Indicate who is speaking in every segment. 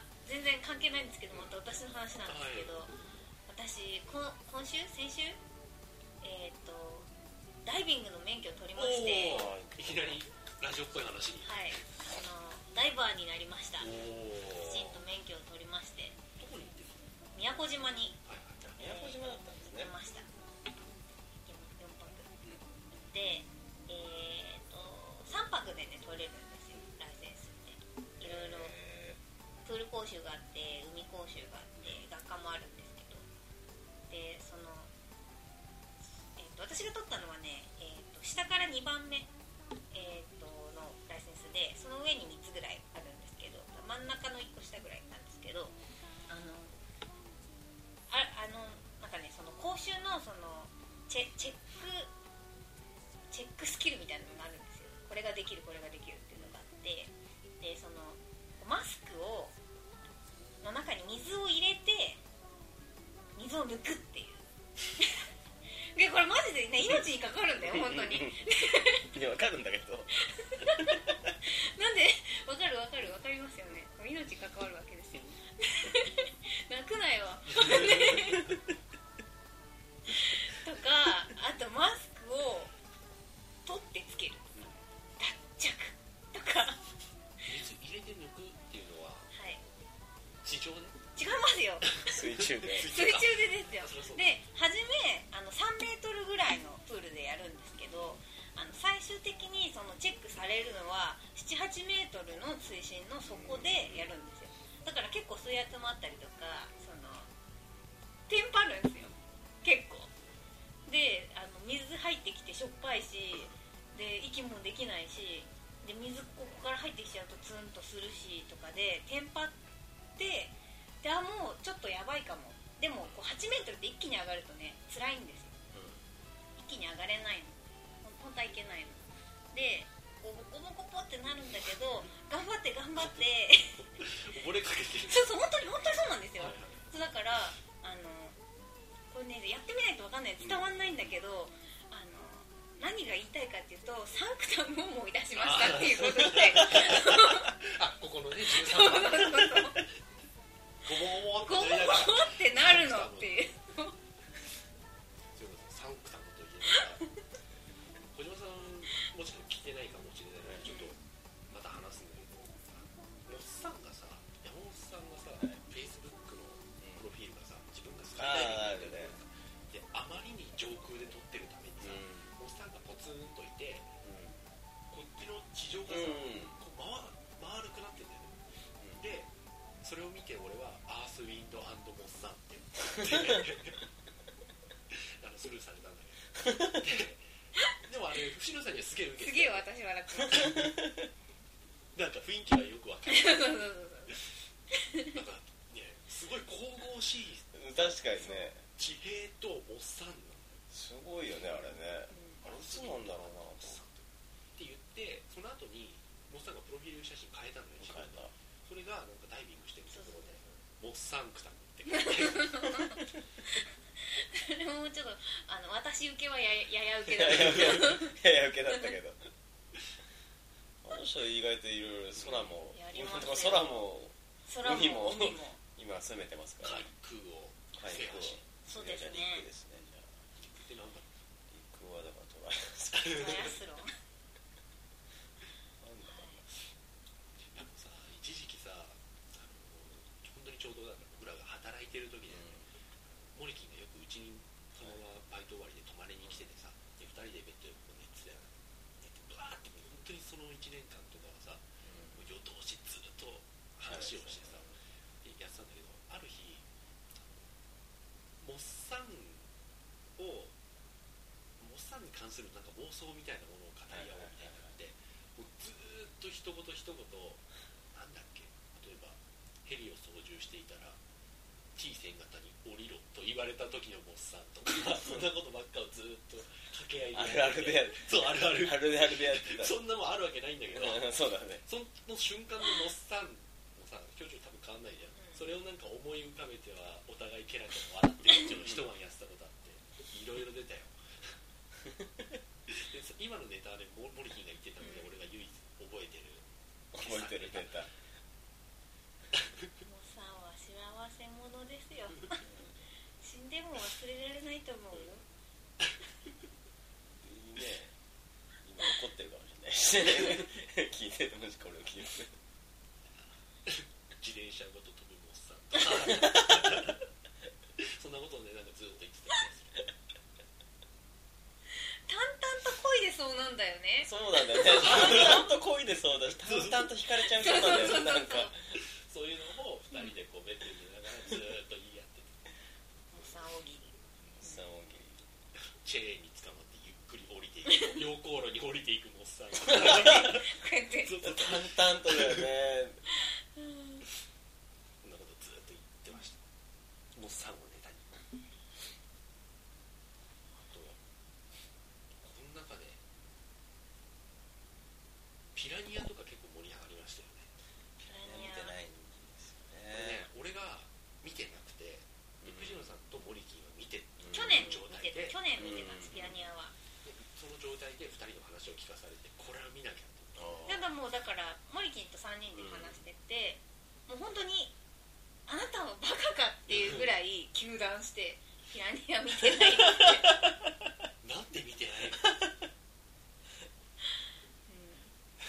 Speaker 1: ないんですけどまた私の話なんですけど、私こ今週先週えっ、とダイビングの免許を取りまして
Speaker 2: おーいきなりラジオっぽい話に
Speaker 1: はいあのダイバーになりました
Speaker 2: おお
Speaker 1: きちんと免許を取りまして
Speaker 2: どこに行ってる
Speaker 1: 宮古島に
Speaker 2: のはいはい
Speaker 3: 宮古島だったんです
Speaker 1: 行
Speaker 3: ね
Speaker 1: きました4泊でえっ、と3泊でね取れるんですよライセンスっていろいろ
Speaker 3: え
Speaker 1: プール講習があって海講習があって学科もあるんですけどでその、えー、と私が取ったのはね、えー、と下から2番目、えー、とのライセンスでその上に3つぐらいあるんですけど真ん中の1個下ぐらいなんですけどあのああのなんかねその講習のそのチェチェックチェックスキルみたいなのがあるんですよこれができるこれができるっていうのがあってでそのマスクをの中に水を入れて水を抜くっていう でこれマジでね命にかかるんだよ本当に
Speaker 3: ー、でわかるんだけど
Speaker 1: なんでわかるわかるわかりますよね命関わるわけですよ 泣くなよとかあとマスクを取ってつける脱着とかは
Speaker 2: 水入れて抜くっていうのはい地上で
Speaker 1: 違いますよ
Speaker 3: 水中で
Speaker 1: 水中でですよ
Speaker 2: そりゃそうだ
Speaker 1: で初めあの3メートルぐらいのプールでやるんですけどあの最終的にそのチェックされるのは78メートルの水深の底でやるんですよだから結構水圧もあったりとかそのテンパるんですよ結構であの水入ってきてしょっぱいしで息もできないしで水ここから入ってきちゃうとツンとするしとかでテンパってであもうちょっとやばいかもでもこう8メートルって一気に上がるとね辛いんですよ一気に上がれないのほん本当はいけないのでこうボコボコポってなるんだけど頑張って頑張って
Speaker 2: 溺れかけてる
Speaker 1: そうそう本当に本当にそうなんですよ
Speaker 2: はいはい
Speaker 1: そうだからあのこれねやってみないと分かんない伝わんないんだけど、あの何が言いたいかっていうとサンクタムを思い出しましたっていうことで
Speaker 2: あここのね13
Speaker 1: そう
Speaker 2: 番
Speaker 1: そうそう
Speaker 2: ゴボゴ
Speaker 1: ゴ
Speaker 2: ボ
Speaker 1: ボ
Speaker 2: っ
Speaker 1: ゴ
Speaker 2: てなりながら
Speaker 1: ボってなるのっていう
Speaker 2: そういうことサンクタムと言えば小島さんもちろん聞いてないかもしれないけどちょっとまた話すんだけどおっさんがさ山本さんがさフェイスブックのプロフィールがさ自分がスカイダイビングやってるからであまりに上空で撮ってるためにさ、おっさんがポツンといてこっちの地上がさ、
Speaker 3: うん
Speaker 2: こう回る丸くなってんだよね、でそれを見て俺はアースウィンドアンドモッサンって 言ってあのスルーされたんだけどででもあれ伏野さんにはすげえ受け
Speaker 1: す
Speaker 2: て
Speaker 1: げえ私笑ってま
Speaker 2: なん
Speaker 1: す
Speaker 2: か雰囲気がよくわかる
Speaker 1: そうそうそう
Speaker 2: なんかねすごい神々しい
Speaker 3: うん確かにね
Speaker 2: 地平とおっさんの
Speaker 3: すごいよねあれねあれいつなんだろうな
Speaker 2: おっ
Speaker 3: と
Speaker 2: さんって言ってその後にモッサンがプロフィール写真変えたんだよ
Speaker 3: 思ってた
Speaker 2: それがなんかダイビングしてると
Speaker 1: そうそう
Speaker 2: こ
Speaker 1: そう
Speaker 2: ろでモッサンクタムって書いて ある
Speaker 1: それもちょっとあの私受けはややや受
Speaker 3: い
Speaker 1: けだ
Speaker 3: や
Speaker 1: けど
Speaker 3: いやいや受けだったけどあの人意外といろいろ空も
Speaker 1: やり
Speaker 3: 今
Speaker 1: ま
Speaker 3: の
Speaker 1: す
Speaker 3: と
Speaker 1: ね
Speaker 3: ころ空も
Speaker 1: 空も海も
Speaker 3: 海も今攻めてますから
Speaker 2: 海空を
Speaker 3: 海
Speaker 2: 制覇し
Speaker 1: そうです
Speaker 3: いやじゃあ陸
Speaker 1: ね
Speaker 3: ですねじゃあ
Speaker 2: でなんか
Speaker 3: 陸はだからトライアス
Speaker 1: トライアスロン
Speaker 3: なんだろ
Speaker 2: でもさ一時期さあの本当にちょうどだから僕らが働いてる時で、モリキンがよくうちにそのままバイト終わりで泊まりに来ててさで2人でベッドでこう寝てたよ寝てブワーってもう本当にその1年間とかはさ
Speaker 3: う
Speaker 2: もう夜通しずっと話をしてさ、でやってたんだけどある日モッサンをモッサンに関するなんか妄想みたいなものを語り合おうみたいになってもうずーっと一言一言なんだっけ例えばヘリを操縦していたら T 線型に降りろと言われた時のモッサン とかそんなことばっかをずーっと掛け合い
Speaker 3: あるあるでやる
Speaker 2: そうあるあ
Speaker 3: あ
Speaker 2: る
Speaker 3: るであるでやってた
Speaker 2: そんなもんあるわけないんだけど
Speaker 3: うんそうだね
Speaker 2: その瞬間のモッサンのさ表情多分変わんないじゃん、
Speaker 1: うん
Speaker 2: それをなんか思い浮かべてはお互いケラケラ笑ってるっていうのを一晩やってたことあっていろいろ出たよ でそ今のネタでモモリキンが言ってたので俺が唯一覚えてる
Speaker 3: 覚えてるペンタ
Speaker 1: もうさわしらわでも忘れられないと思うよ
Speaker 3: いいね今怒ってるかもしれないし聞いてるもしこれを聞いてる
Speaker 2: 自転車ごと飛ぶモッサンそんなことをねなんかずっと言ってた気がする
Speaker 1: 淡々と恋でそうなんだよね
Speaker 3: そうなんだよね淡々と恋でそうだし淡々と惹かれちゃうそうなんだよねなんか
Speaker 2: そういうのを2人でこうベッドに寝ながらずっと言い合ってて
Speaker 1: おさおぎ
Speaker 3: さあ大喜利
Speaker 2: チェーンに捕まってゆっくり降りていく溶鉱炉に降りていくモッサン
Speaker 1: こうやって
Speaker 2: ずっと
Speaker 3: 淡々とだよね
Speaker 1: うん
Speaker 2: そんなことずっと言ってましたモッサンをネタにあとはこの中でピラニアとか結構盛り上がりましたよね
Speaker 1: ピラ
Speaker 3: 見
Speaker 1: ニ
Speaker 3: て
Speaker 1: ア
Speaker 3: ないんですよ
Speaker 2: ね
Speaker 3: ね、
Speaker 2: 俺が見てなくて、で藤野さんとモリキンは見て
Speaker 3: うん
Speaker 1: 去年見
Speaker 2: 状態
Speaker 1: て
Speaker 2: で
Speaker 1: た去年見てたんですピラニアは
Speaker 2: でその状態で2人の話を聞かされてこれは見なきゃと
Speaker 1: な
Speaker 3: あー
Speaker 1: んかもうだからモリキンと3人で話してて、もう本当にあなたはバカかっていうぐらい糾弾してピラニア見てない、
Speaker 2: なんで見てないの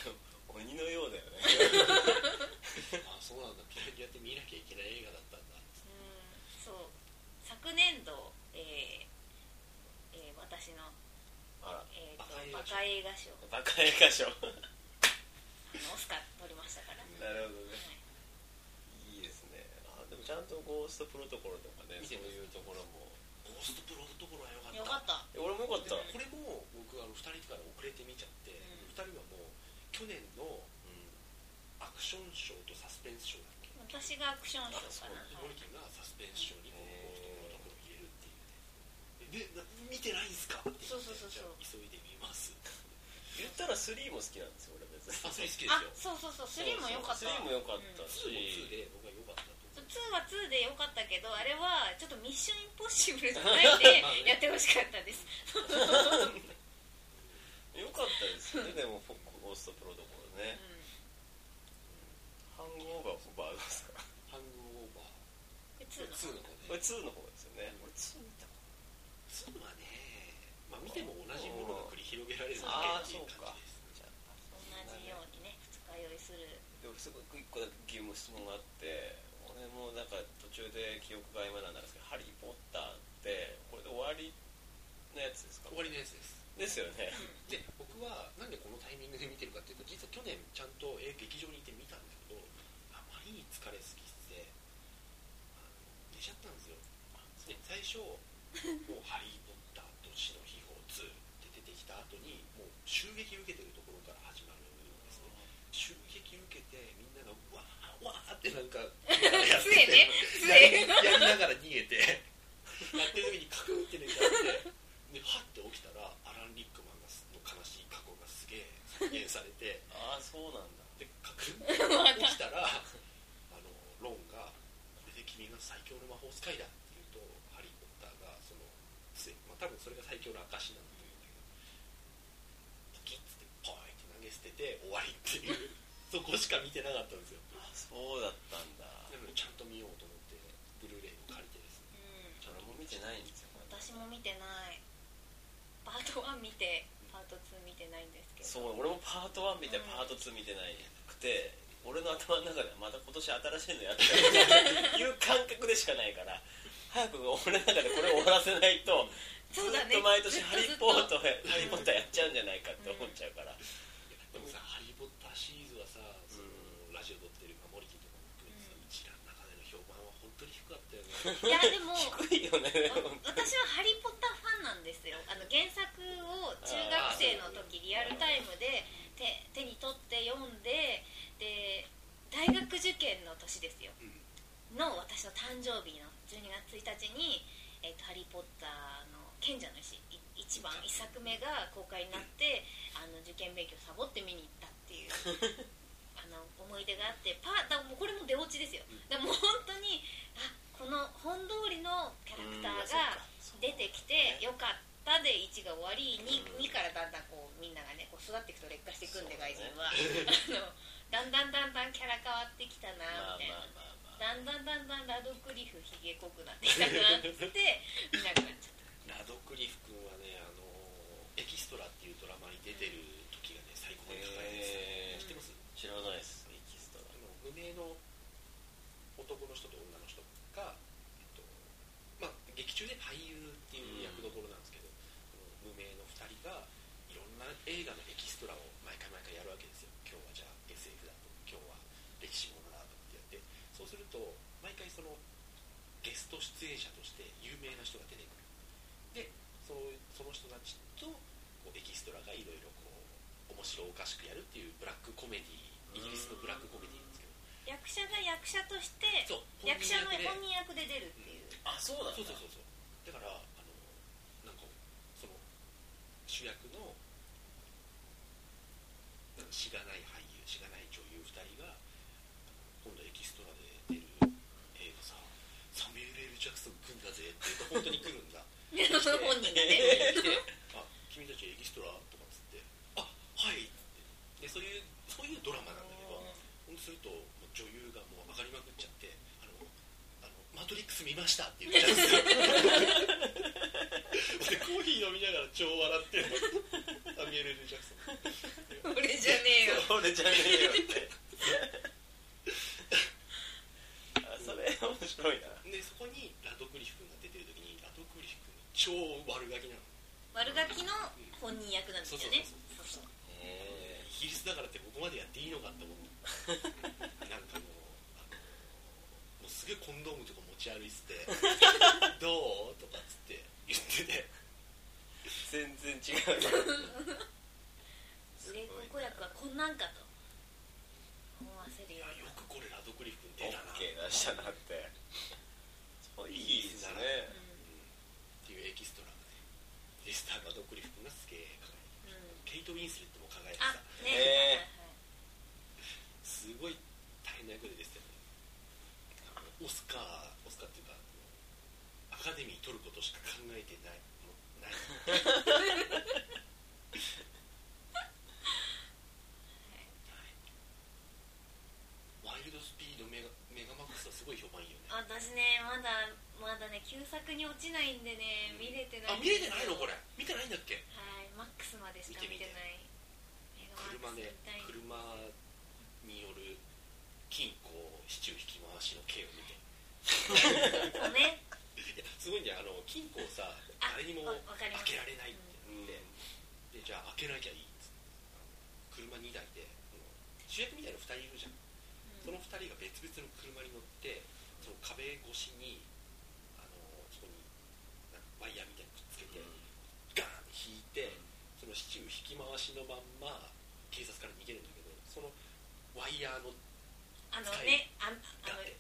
Speaker 1: う
Speaker 3: 鬼のようだよね
Speaker 2: あそうなんだピラニアって見なきゃいけない映画だったんだ
Speaker 1: んうんそう昨年度、えーえー私の、
Speaker 3: あら
Speaker 1: えー、と
Speaker 2: バカ
Speaker 1: バカ映画賞あ
Speaker 3: バカ映画賞
Speaker 1: のオスカー取りましたから、
Speaker 3: なるほどね
Speaker 1: はい
Speaker 3: いいですねあでもちゃんとゴーストプロトコルとかね
Speaker 2: 見
Speaker 3: そ
Speaker 2: て
Speaker 3: う
Speaker 2: ます
Speaker 3: いうところも
Speaker 2: ゴーストプロのところはよかった
Speaker 1: よかった
Speaker 3: え俺もよかった、
Speaker 1: う
Speaker 2: これも僕あの2人から遅れて見ちゃって、
Speaker 1: ん
Speaker 2: 2人はもう去年のアクション賞とサスペンス賞だっけ
Speaker 1: 私がアクション賞かな
Speaker 3: あ
Speaker 2: モリキンがサスペンス賞にこのゴーストプロトコルを入れるっていうねでな見てないんすかって言って
Speaker 1: そうそうそうそう
Speaker 2: じゃあ急いで見 ます
Speaker 3: 言ったら3も好きなんですよ俺別に
Speaker 2: あそれ好きですよ
Speaker 1: あそうそうそう3もよかった
Speaker 3: そうそう3も良かった
Speaker 2: 2も2で僕は良かったと思う
Speaker 1: 2は2でよかったけどあれはちょっとミッションインポッシブルじゃないでやってほしかったです
Speaker 3: よかったですよねでもフォッゴーストプロトコルね、
Speaker 1: う
Speaker 3: ハングオーバーフォバーガーですか
Speaker 2: ハングオーバ ー
Speaker 1: ん2の
Speaker 2: 2の
Speaker 3: こ
Speaker 2: 方
Speaker 3: れ
Speaker 2: ね
Speaker 3: 2の方ですよね俺2見た
Speaker 2: 2はね、まあ、見ても同じものが繰り広げられるだ
Speaker 3: ああ
Speaker 2: けってい
Speaker 3: そうう
Speaker 2: 感
Speaker 3: か
Speaker 2: じです
Speaker 3: じゃあ
Speaker 1: 同じようにね二日酔いする
Speaker 3: でもすごく一個だけ疑問質問があって俺もなんか途中で記憶が今なんですけど「ハリー・ポッター」ってこれで終わりのやつですか
Speaker 2: 終わりのやつです
Speaker 3: ですよね
Speaker 2: で僕はなんでこのタイミングで見てるかっていうと実は去年ちゃんとえー劇場に行って見たんですけどあまりに疲れすぎてあの寝ちゃったんですよで最初「もうハリー・ポッターと死の秘宝2」って出てきた後にもう襲撃受けてるところから始まるんですね襲撃受けてみんながうわーわーってなんかやっ
Speaker 1: 杖ね
Speaker 2: やり
Speaker 1: 杖
Speaker 2: やりながら逃げて やってる時にカクンって寝ちゃってでハッて起きたらアラン・リックマンがすの悲しい過去がすげえ再現されて
Speaker 3: ああそうなんだ
Speaker 2: でカクンって起きたらあのロンが「これで君が最強の魔法使いだ」って言うとハリー・ポッターがその杖まあ多分それが最強の証なんだと思うんだけどポキッつってポイって投げ捨てて終わりっていう そこしか見てなかったんですよ
Speaker 3: あそうだったんだ
Speaker 2: でもちゃんと見ようと思ってブルーレイを借りてですね
Speaker 1: うん
Speaker 3: 俺も見てないんですよ
Speaker 1: 私も見てないパート1見てパート2見てないんですけど
Speaker 3: そう俺もパート1見てパート2見てないくて俺の頭の中ではまた今年新しいのやってるっていう感覚でしかない から早く俺の中でこれを終わらせないとず
Speaker 1: そうだ
Speaker 3: っ
Speaker 1: ね
Speaker 3: と毎年「ハリー・ポッタ
Speaker 1: ずっとずっと
Speaker 3: ー」「ハリー・ポッター」やっちゃうんじゃないかって思っちゃ うから
Speaker 2: でもさ「ハリー・ポッター」シリーズはさそのラジオ撮ってる守り木とかも含めてさ
Speaker 1: うん
Speaker 2: うちらの中での評判は本当に低かったよね
Speaker 1: いやで も
Speaker 3: 低いよね
Speaker 1: わ私は「ハリー・ポッター」ファンなんですよあの原作を中学生の時リアルタイムで手手に取って読んでで大学受験の年ですよ
Speaker 2: うん
Speaker 1: の私の誕生日の12月1日に「えっとハリー・ポッター」の「賢者の石」1番1作目が公開になってあの受験勉強サボって見に行ったっていうあの思い出があってパーだからもうこれも出落ちですよだからもう本当にあこの本通りのキャラクターが出てきてよかったで1が終わり 2, 2からだんだんこうみんながねこう育っていくと劣化していくんで
Speaker 3: そう
Speaker 1: 外
Speaker 3: だね
Speaker 1: 人はあのだんだんだんだんキャラ変わってきたな
Speaker 3: まあまあ
Speaker 1: みたいな
Speaker 3: まあまあ
Speaker 1: だんんだんだんだんラドクリフひげ濃くなってきたなって見なくなっちゃった
Speaker 2: ラドクリフ君はね、あのエキストラっていうドラマに出てる時がね、最高に高いです、
Speaker 3: へ
Speaker 1: ー
Speaker 2: 知ってますあ
Speaker 3: 知らないですエキストラ
Speaker 2: の無名の男の人と女の人が、えっとまあ、劇中で俳優っていう役どころなんですけど、この無名の2人がいろんな映画のエキストラを毎回毎回やるわけですよ、今日はじゃあ SF だと、今日は歴史ものだとってやって、そうすると、毎回そのゲスト出演者として有名な人が出てくる。でそのその人たちとこうエキストラがいろいろこう面白おかしくやるっていうブラックコメディイギリスのブラックコメディなんですけど
Speaker 1: 役者が役者として
Speaker 2: そう
Speaker 1: 役者の
Speaker 2: 本
Speaker 1: 本
Speaker 2: 人役で
Speaker 1: 人役で出るっていう、
Speaker 3: あそうなんだ
Speaker 2: そうそう そうそうだからあのなんかその主役のなんかしがない俳優しがない女優2人が今度エキストラで出る映画さサミュエル・エル・ジャクソン来んだぜって言うと本当に来るんだ
Speaker 1: 本人がね
Speaker 2: あ君たちエキストラとかっつってあはいってでそういうそういうドラマなんだけど そうするともう女優がもう上がりまくっちゃって「あのあのマトリックス見ました」って言っちゃうんですよ俺コーヒー飲みながら超笑ってるのサミュエル・エル・ジャクソン
Speaker 1: 俺じゃねえよ
Speaker 3: 俺じゃねえよってあそれ面白いな
Speaker 2: でそこにラドクリフ君が出てる時にラドクリフ君超悪ガキなの
Speaker 1: 悪ガキの本人役なんですよねそうそう
Speaker 2: イギリスだからってここまでやっていいのかって思うなんかもうあのもうすげえコンドームとか持ち歩いてて「どう?」とかっつって言ってて
Speaker 3: 全然違う
Speaker 1: 売れっ子子役はこんなんかと思わせ
Speaker 2: い
Speaker 1: るよ
Speaker 2: や
Speaker 1: う
Speaker 2: よ
Speaker 1: な
Speaker 2: くこれラドクリフ君
Speaker 3: オ
Speaker 2: 出
Speaker 3: ッ
Speaker 2: たな、
Speaker 3: ケー出したなってそういいです
Speaker 1: う
Speaker 3: ね
Speaker 2: っていうエキストラがねでスターラドクリフ君がすげえ輝い
Speaker 1: んうん
Speaker 2: てケイト・ウィンスレットも輝いて
Speaker 1: あ
Speaker 2: さ
Speaker 1: ね
Speaker 3: え
Speaker 2: すごい大変な役で出てたよねあのオスカーオスカーっていうかアカデミー取ることしか考えてないもうないワイルドスピードメガメガマックスはすごい評判いいよね
Speaker 1: はいはいはい私ねまだまだね旧作に落ちないんでね見れてな
Speaker 2: あ
Speaker 1: い
Speaker 2: 見れてないのこ
Speaker 1: れ
Speaker 2: れ見てないんだっけ
Speaker 1: はいマックスまでしか見てない
Speaker 2: 車
Speaker 1: メ
Speaker 2: で
Speaker 1: ガマックス
Speaker 2: 車
Speaker 1: 見たい
Speaker 2: による金庫支柱引き回しの刑を見て
Speaker 1: そうね
Speaker 2: いやすごいんだよあの金庫をさ
Speaker 1: あ
Speaker 2: 誰にも
Speaker 1: わわかります
Speaker 2: 開けられないって
Speaker 3: うん
Speaker 2: なって、でじゃあ開けなきゃいいっつって車2台でこの主役みたいな2人いるじゃんその2人が別々の車に乗ってその壁越しにあのそこになんかワイヤーみたいにくっつけて、ガーンって引いてその支柱引き回しのまんま警察から逃げるんだけどそのワイヤーの
Speaker 1: あのねああの
Speaker 2: ガって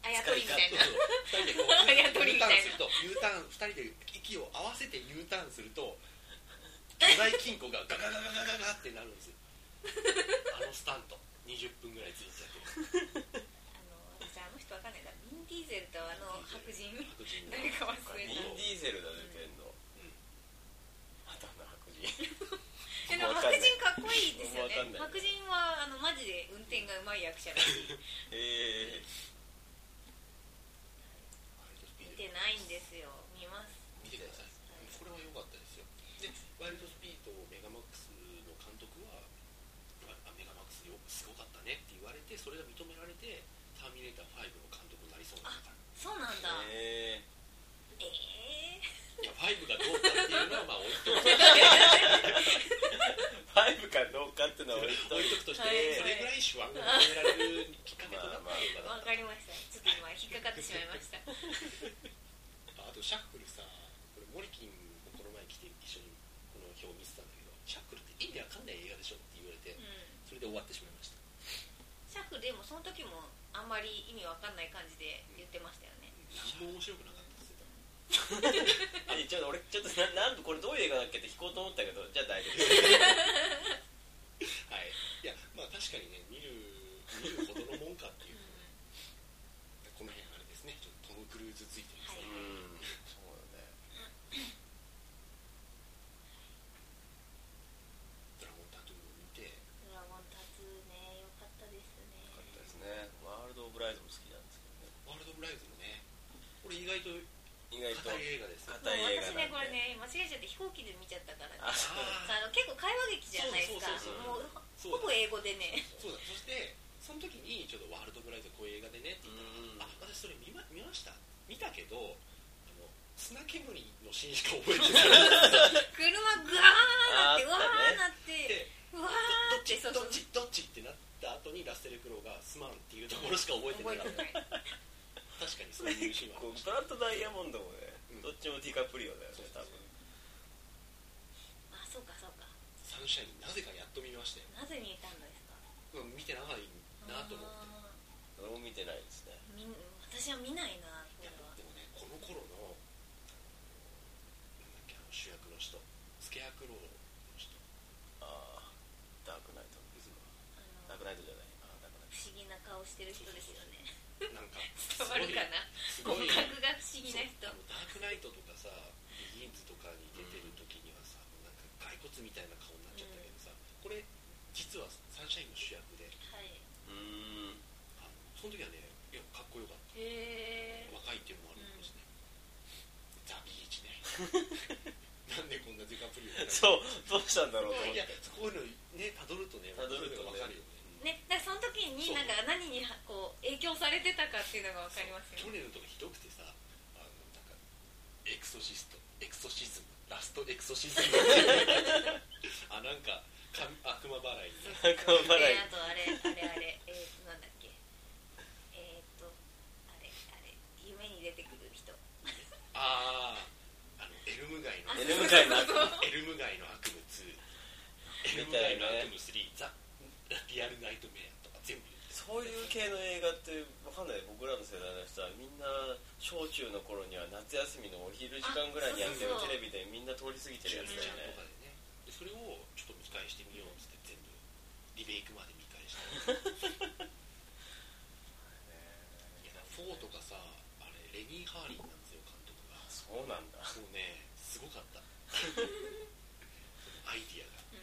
Speaker 1: あやとりみたいな
Speaker 2: そうそう
Speaker 1: あや
Speaker 2: 二人でこう
Speaker 1: と
Speaker 2: U
Speaker 1: りみ
Speaker 2: タ
Speaker 1: たいな
Speaker 2: ーンすると U ターン2人で息を合わせて U ターンすると巨大金庫がガガガガガガガってなるんですよあのスタント20分ぐらいついちゃって
Speaker 1: あの私あの人わかんないからミンディーゼルとあの白人
Speaker 2: 白人の
Speaker 1: 誰か忘れ
Speaker 3: イ
Speaker 1: た
Speaker 3: ンディーゼルだね出てんのまたな白人
Speaker 1: えでも白人かっこいいですよね
Speaker 3: わかんな
Speaker 1: 白
Speaker 3: い
Speaker 1: 人はあのマジで運転がうまい役者だし
Speaker 3: ええ
Speaker 2: ワイルドスピー
Speaker 1: 見
Speaker 2: ド
Speaker 1: てないんですよ見ます
Speaker 2: 見てくださいこれは良かったですよでワイルドスピードメガマックスの監督はあメガマックスよすごかったねって言われてそれが認められてターミネーター5の監督になりそうになった
Speaker 1: そうなんだ
Speaker 3: え
Speaker 1: ええ
Speaker 2: いや5がどうかっていうのはまあ置いとく
Speaker 3: えファイブかどうかってのは置いと
Speaker 2: 置
Speaker 3: い
Speaker 2: い
Speaker 3: て
Speaker 2: とくとして、
Speaker 1: はい
Speaker 2: それぐらい手腕が認められるきっかけとなった映
Speaker 1: ー、
Speaker 2: 画
Speaker 1: わ
Speaker 2: だっ
Speaker 1: かりましたちょっと今引っかかってしまいました
Speaker 2: たあとシャッフルさこれモリキンもこの前来て一緒にこの表見てたんだけどシャッフルって意味わかんない映画でしょって言われて
Speaker 1: うん
Speaker 2: それで終わってしまいました
Speaker 1: シャフでもその時もあんまり意味わかんない感じで言ってましたよね
Speaker 2: 何も面白くなかったですよ
Speaker 3: えちょっと俺ちょっとななんとこれどういう映画だっけって聞こうと思ったけどじゃあ大丈夫
Speaker 2: はいいやまあ確かにね見る見るほどのもんかってい
Speaker 1: う
Speaker 2: う
Speaker 1: ん
Speaker 2: この辺あれですねちょっとトム・クルーズついてます
Speaker 3: う
Speaker 2: ね、
Speaker 3: んそうだね
Speaker 2: ドラゴンタトゥーを見て
Speaker 1: ドラゴンタツーね良かったですね
Speaker 3: よかったですねワールド・オブ・ライズも好きなんですけどね
Speaker 2: 外と
Speaker 3: 意外と
Speaker 2: 硬い映画ですよ
Speaker 3: 硬
Speaker 1: もう
Speaker 3: い映
Speaker 1: 私
Speaker 3: 画なんで
Speaker 1: ねこれね間違えちゃって飛行機で見ちゃったからね
Speaker 3: あそう
Speaker 1: あの結構会話劇じゃないですか
Speaker 2: そう
Speaker 3: そうそうそう
Speaker 2: そう
Speaker 1: もうほぼ英語でね
Speaker 2: そうだそしてその時にちょっとワールドブライトこういう映画でねって言ったら、
Speaker 3: う
Speaker 2: あ私それ見ま見ました見たけどあの砂煙のシーンしか覚えて ない
Speaker 1: 車グワーなって
Speaker 2: で
Speaker 1: うわーなってう
Speaker 3: あー
Speaker 1: わ
Speaker 2: どっ
Speaker 1: ーって
Speaker 2: ち
Speaker 1: そう
Speaker 2: どっ
Speaker 1: そう
Speaker 2: ちどっちってなった後にラッセル・クロウがすまんっていうところしか覚えてな
Speaker 1: 覚え
Speaker 2: い
Speaker 1: てない
Speaker 2: 確かにそういうシーンは
Speaker 3: こうブラッド・ダイヤモンドもね、
Speaker 2: うん
Speaker 3: どっちもディカプリオだよね多分
Speaker 1: あそうかそうか
Speaker 2: サンシャインなぜかやっと見ましたよ、
Speaker 1: なぜ見えたんですか
Speaker 2: うん、見て長いなと思って
Speaker 1: あ
Speaker 3: 俺も見てないですね
Speaker 1: ーみん私は見ないなこ
Speaker 2: いや
Speaker 1: れは
Speaker 2: でもねこの頃のなんだっけあの主役の人スケアクロウの人
Speaker 3: ああダークナイト
Speaker 1: あの
Speaker 3: ダークナイトじゃないあーダークナイ
Speaker 1: 不
Speaker 3: ト
Speaker 1: 思議な顔してる人ですよね
Speaker 2: なん か
Speaker 1: 伝わるかな
Speaker 2: す
Speaker 1: 骨
Speaker 2: ごい
Speaker 1: 格が不思議な人
Speaker 2: そうあのダークナイトとかさビギンズとかに出てる時にはさ、なんか骸骨みたいな顔になっちゃったけどさ、これ実はサンシャインの主役で
Speaker 1: はい。
Speaker 3: うーん
Speaker 2: あのその時はねいやかっこよかった
Speaker 1: へえ。
Speaker 2: 若いっていうのもあるかもしれない、ザ・ビーチね なんでこんなデカプリオう
Speaker 3: そうどうしたんだろうと思っ
Speaker 2: いや
Speaker 3: て
Speaker 2: こういうのねたどるとね
Speaker 3: たどると
Speaker 2: わ
Speaker 3: ね
Speaker 2: かるよね
Speaker 1: ね、だからその時になんか何にはこう影響されてたかっていうのがわかります
Speaker 2: 去
Speaker 1: よね。
Speaker 2: 年のとかひどくてさあのなんかエクソシストエクソシズムラストエクソシズ ムあなんかか悪魔払いにな
Speaker 3: なんかまだ
Speaker 1: で、あとあれあれあれえーとなんだっけ。えーとあれあれ夢に出てくる人。
Speaker 2: あーあのエルム街の
Speaker 1: あ
Speaker 3: エルム街の
Speaker 1: そうそうそう
Speaker 2: エルム街の悪夢2エルム街の悪夢3、ザ・リアルナイトメアとか全部言って
Speaker 3: そういう系の映画ってわかんない僕らの世代の人はみんな小中の頃には夏休みのお昼時間ぐらいにやってる
Speaker 1: あそうそう
Speaker 3: テレビでみんな通り過ぎて
Speaker 2: 中
Speaker 3: るや
Speaker 2: 二ち
Speaker 3: つ
Speaker 2: ゃん
Speaker 3: だ
Speaker 2: とか
Speaker 3: よね
Speaker 2: でねでそれをちょっと見返してみようっつって全部リメイクまで見返していや4とかさあれレニー・ハーリンなんですよ監督が
Speaker 3: そうなんだあ
Speaker 2: もうねすごかったアイディアが
Speaker 1: うん。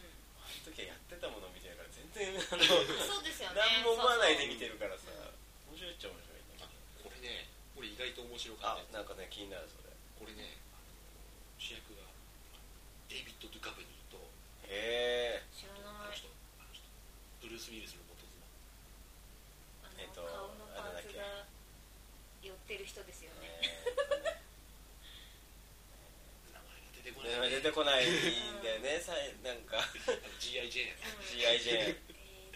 Speaker 3: の時はやってたものみたいなから全然あの
Speaker 1: そうですよね。
Speaker 3: 何も思わないで
Speaker 1: そう
Speaker 3: 見てるからさ面白いっちゃ面白いんだけ
Speaker 2: あ
Speaker 3: ど
Speaker 2: これねこれ意外と面白か
Speaker 3: あ
Speaker 2: った
Speaker 3: なん
Speaker 2: やつ
Speaker 3: かね気になるそれ
Speaker 2: これねあの主役がデイビッド・ドゥカブニーと
Speaker 3: へえ
Speaker 1: そう知ら
Speaker 2: あ
Speaker 1: な
Speaker 2: の
Speaker 1: い。
Speaker 2: 人あの人ブルース・ウィルスの元妻
Speaker 1: あ
Speaker 3: えっと
Speaker 1: の顔のパーツが寄ってる人ですよね。
Speaker 2: 名前が出てこ
Speaker 3: ね
Speaker 2: ない、
Speaker 3: 出てこないんだよねさいなんか
Speaker 2: あの G.I.J.
Speaker 1: うん
Speaker 3: GI ジェーン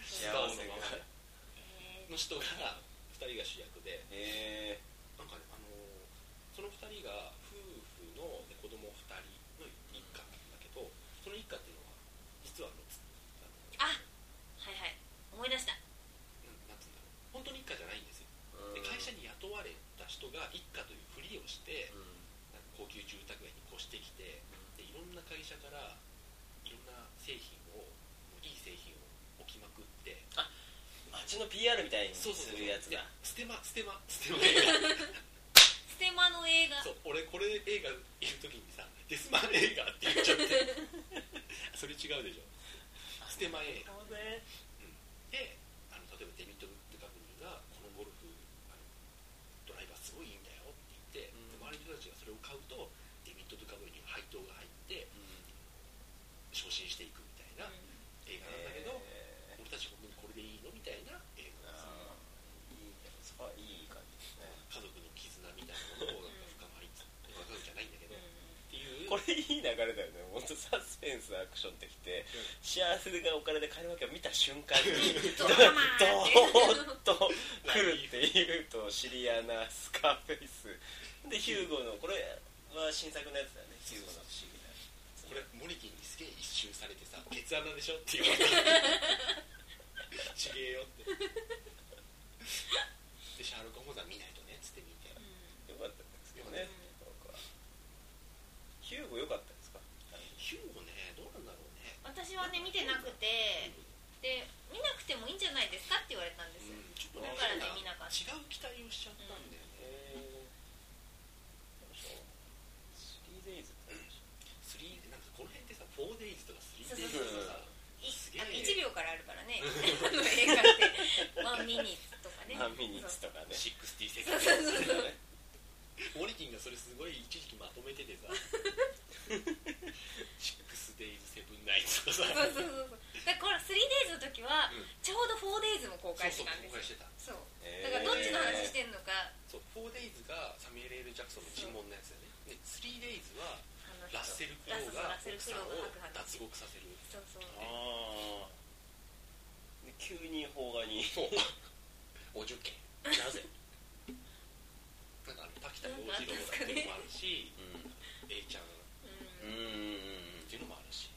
Speaker 1: えー
Speaker 2: ス
Speaker 3: 幸
Speaker 2: タ
Speaker 1: と
Speaker 2: ー・ウォー
Speaker 3: せ
Speaker 2: ズ
Speaker 3: が
Speaker 2: のままで
Speaker 1: えー
Speaker 2: の人が2人が主役で
Speaker 3: へえ
Speaker 2: なんかね、あのーその2人が夫婦の、ね、子供2人の一家なんだけどその一家っていうのは実はあのつあの
Speaker 1: あ、はいはい。思い出した。
Speaker 2: うんなんつうんだろう本当に一家じゃないんですよ
Speaker 3: うん
Speaker 2: で会社に雇われた人が一家というふりをして
Speaker 3: うん
Speaker 2: なんか高級住宅街に越してきてでいろんな会社からいろんな製品をいい製品を置きまくって
Speaker 3: 街の PR みたいにす
Speaker 2: そうそうそう
Speaker 3: るやつ
Speaker 2: い
Speaker 3: だ
Speaker 2: 捨てま捨てま捨てま映画
Speaker 1: ステマの映画。
Speaker 2: そう俺これ映画いる時にさ「デスマン映画」って言っちゃって それ違うでしょステマ映画
Speaker 3: ね
Speaker 2: であの例えばデビッド・デカブニーが「このゴルフあのドライバーすごいいいんだよ」って言って、
Speaker 3: うん
Speaker 2: で周りの人たちがそれを買うとデビッド・デカブニーの配当が入って昇進していくみたいな映画なんだけど、俺たち本当にこれでいいのみたいな映画なんですよ
Speaker 3: いい感じですね
Speaker 2: 家族の絆みたいなものをなんか深まりつ深まるじゃないんだけど、っ
Speaker 1: うん
Speaker 2: ていう
Speaker 3: これいい流れだよね本当サスペンスアクションってきて幸せがお金で買えるわけを見た瞬間に
Speaker 1: ド
Speaker 3: ド
Speaker 1: ラ
Speaker 3: ーンと 来るっていうとシリアなスカーフェイスでヒューゴのこれは新作のやつだよねヒューゴの不思議な
Speaker 2: これモリキンにすげえ一周されてさ「ケツ穴でしょ?」って言われ て「ちげえよ」ってでシャーロック・ホームズは見ないとねっつって見て
Speaker 1: うん
Speaker 3: よかったんですけどね僕はヒューゴ良かったですか
Speaker 2: ヒューゴねどうなんだろうね
Speaker 1: 私はね見てなくてで見なくてもいいんじゃないですかって言われたんです、
Speaker 2: うんちょっと
Speaker 1: だ
Speaker 2: ね
Speaker 1: か
Speaker 2: な
Speaker 1: ら
Speaker 2: ん
Speaker 1: ね
Speaker 2: か
Speaker 1: 見なかった
Speaker 2: 違う期待をしちゃったんだよね、
Speaker 3: えー、3days って
Speaker 2: スリーなんかこの辺ってさ 4days とか 3days
Speaker 1: そう
Speaker 3: そうそう
Speaker 2: とかさ
Speaker 1: い
Speaker 2: すげえ
Speaker 1: あの1秒からあるからね あの映画ってワンミニッツとかね
Speaker 3: 何ミニッツとかね
Speaker 2: 60セ
Speaker 1: そう
Speaker 2: カン
Speaker 1: そう
Speaker 2: ド
Speaker 1: そうそう
Speaker 2: モリキン 4days がサミュエル・ L ・ジャクソンの尋問のやつだよねで 3days は
Speaker 1: あの人
Speaker 2: ラッセル・クロウが
Speaker 1: ラッセル
Speaker 2: 奥
Speaker 1: ク
Speaker 2: さんを脱獄さ
Speaker 1: ロウが白髪
Speaker 2: せる
Speaker 1: そうそう
Speaker 3: あーで急に邦画 に
Speaker 2: そう50件
Speaker 3: なぜ、
Speaker 2: なんかあの滝田洋次郎だっていうのもあるし
Speaker 3: う
Speaker 2: A ちゃんっ
Speaker 1: うん
Speaker 3: ん、うん
Speaker 2: ていうのもあるし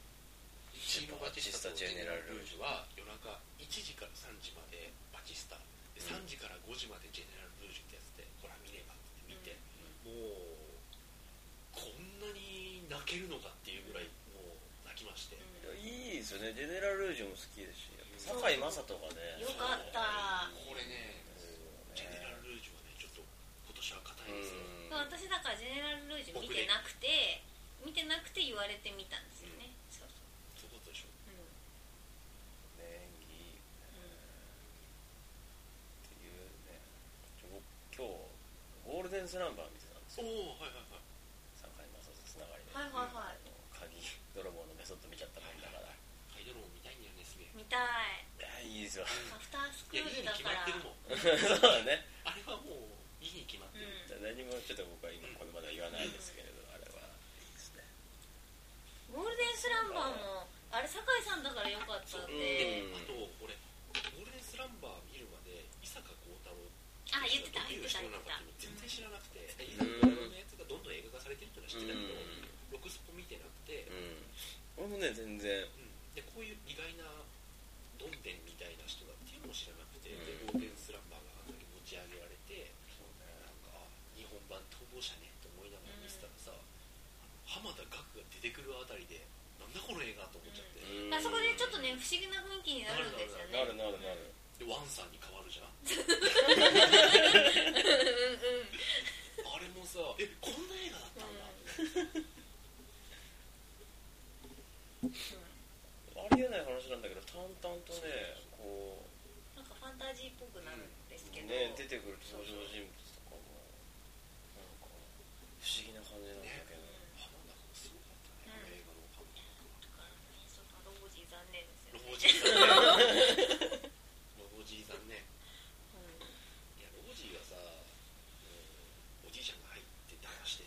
Speaker 3: ジ
Speaker 2: ジ
Speaker 3: ェ
Speaker 2: ー
Speaker 3: ノ
Speaker 2: ノ・
Speaker 3: バ
Speaker 2: バ
Speaker 3: テ
Speaker 2: テ
Speaker 3: ィ
Speaker 2: ィ
Speaker 3: ス
Speaker 2: ス
Speaker 3: タ
Speaker 2: タ
Speaker 3: ジ
Speaker 2: ジ
Speaker 3: ェ
Speaker 2: ェ
Speaker 3: ネ
Speaker 2: ネ
Speaker 3: ラ
Speaker 2: ラ
Speaker 3: ル
Speaker 2: ル・ルージュは夜中1時から3時までバティスタで
Speaker 3: うん
Speaker 2: 3時から5時までジェネラル・ルージュってやつでほら見ればって見てもうこんなに泣けるのかっていうぐらいもう泣きまして
Speaker 1: う
Speaker 3: いいですよねジェネラル・ルージュも好きですしやっぱ堺雅人がね
Speaker 1: んよかった
Speaker 2: これねジェネラル・ルージュはねちょっと今年は硬いですよ
Speaker 3: うん
Speaker 1: 私だからジェネラル・ルージュ見てなくて見てなくて言われてみたんですよねそうそう
Speaker 2: そういうことでしょ
Speaker 1: うん
Speaker 3: 演技
Speaker 1: う
Speaker 3: っていうねちょ僕今日ゴールデンスランバー見てたんですよ
Speaker 2: おおはいはいはい
Speaker 3: 堺雅人つながりで、
Speaker 1: はいはいはい
Speaker 3: 鍵泥棒のメソッド見ちゃったもんだからい
Speaker 2: ハイドロー見たいんだよねすげえ
Speaker 1: ん見たい
Speaker 3: やいいですよ
Speaker 1: アフタースク
Speaker 2: い
Speaker 1: ー
Speaker 2: やいい
Speaker 1: ル
Speaker 2: に
Speaker 1: だ
Speaker 2: 決
Speaker 1: か
Speaker 2: まっ
Speaker 1: ら
Speaker 2: てるもん
Speaker 3: そうだね
Speaker 2: あれはもういいに決まって
Speaker 1: う
Speaker 2: る、
Speaker 1: ん
Speaker 3: 何もちょっと僕は今この場では言わないですけれどあれはいいですね
Speaker 1: ゴールデンスランバーもあれ酒井さんだからよかったっ
Speaker 3: う
Speaker 1: て
Speaker 3: ん
Speaker 2: あと俺ゴールデンスランバー見るまで伊坂幸太郎
Speaker 1: あ言ってた言ってた
Speaker 2: 人
Speaker 1: 言っ
Speaker 2: な
Speaker 1: てた
Speaker 2: の全然
Speaker 1: う
Speaker 2: 知らなくて伊
Speaker 3: ん
Speaker 2: 坂幸太郎のやつがどんどん映画化されてるってのは知ってたけど、ロクスポ見てなくて、うん
Speaker 3: うん俺もね全然
Speaker 2: でこういう意外などんでんみたいな人だっていうのも知らなくて、で
Speaker 3: う
Speaker 2: ゴールデンスランバーがあんだけ持ち上げられてなんかあ日本版逃亡者ねと思いながら見てたらさ、浜田岳が出てくるあたりでなんだこの映画と思っちゃって、
Speaker 1: んあそこでちょっとね不思議な雰囲気になるんですよ
Speaker 3: な
Speaker 1: ね
Speaker 3: るなるなる
Speaker 2: でワンさんに変わるじゃんあ
Speaker 1: うんうん
Speaker 2: れもさえこんな映画だったんだ、
Speaker 3: ありえない話なんだけど淡々とねこう
Speaker 1: なんかファンタジーっぽくなるんですけど、
Speaker 3: ね出てくる登場人物とかもなんか不思議な感じなんだけど
Speaker 2: 浜田君すごかったね、この映画の浜田君
Speaker 1: だからねちょっとロボジー残念ですよ
Speaker 2: ロ
Speaker 1: ね、
Speaker 2: ボジーさんねロボジーさんねいやロボ
Speaker 1: うん
Speaker 2: ジーがさうんおじいちゃんが入って騙して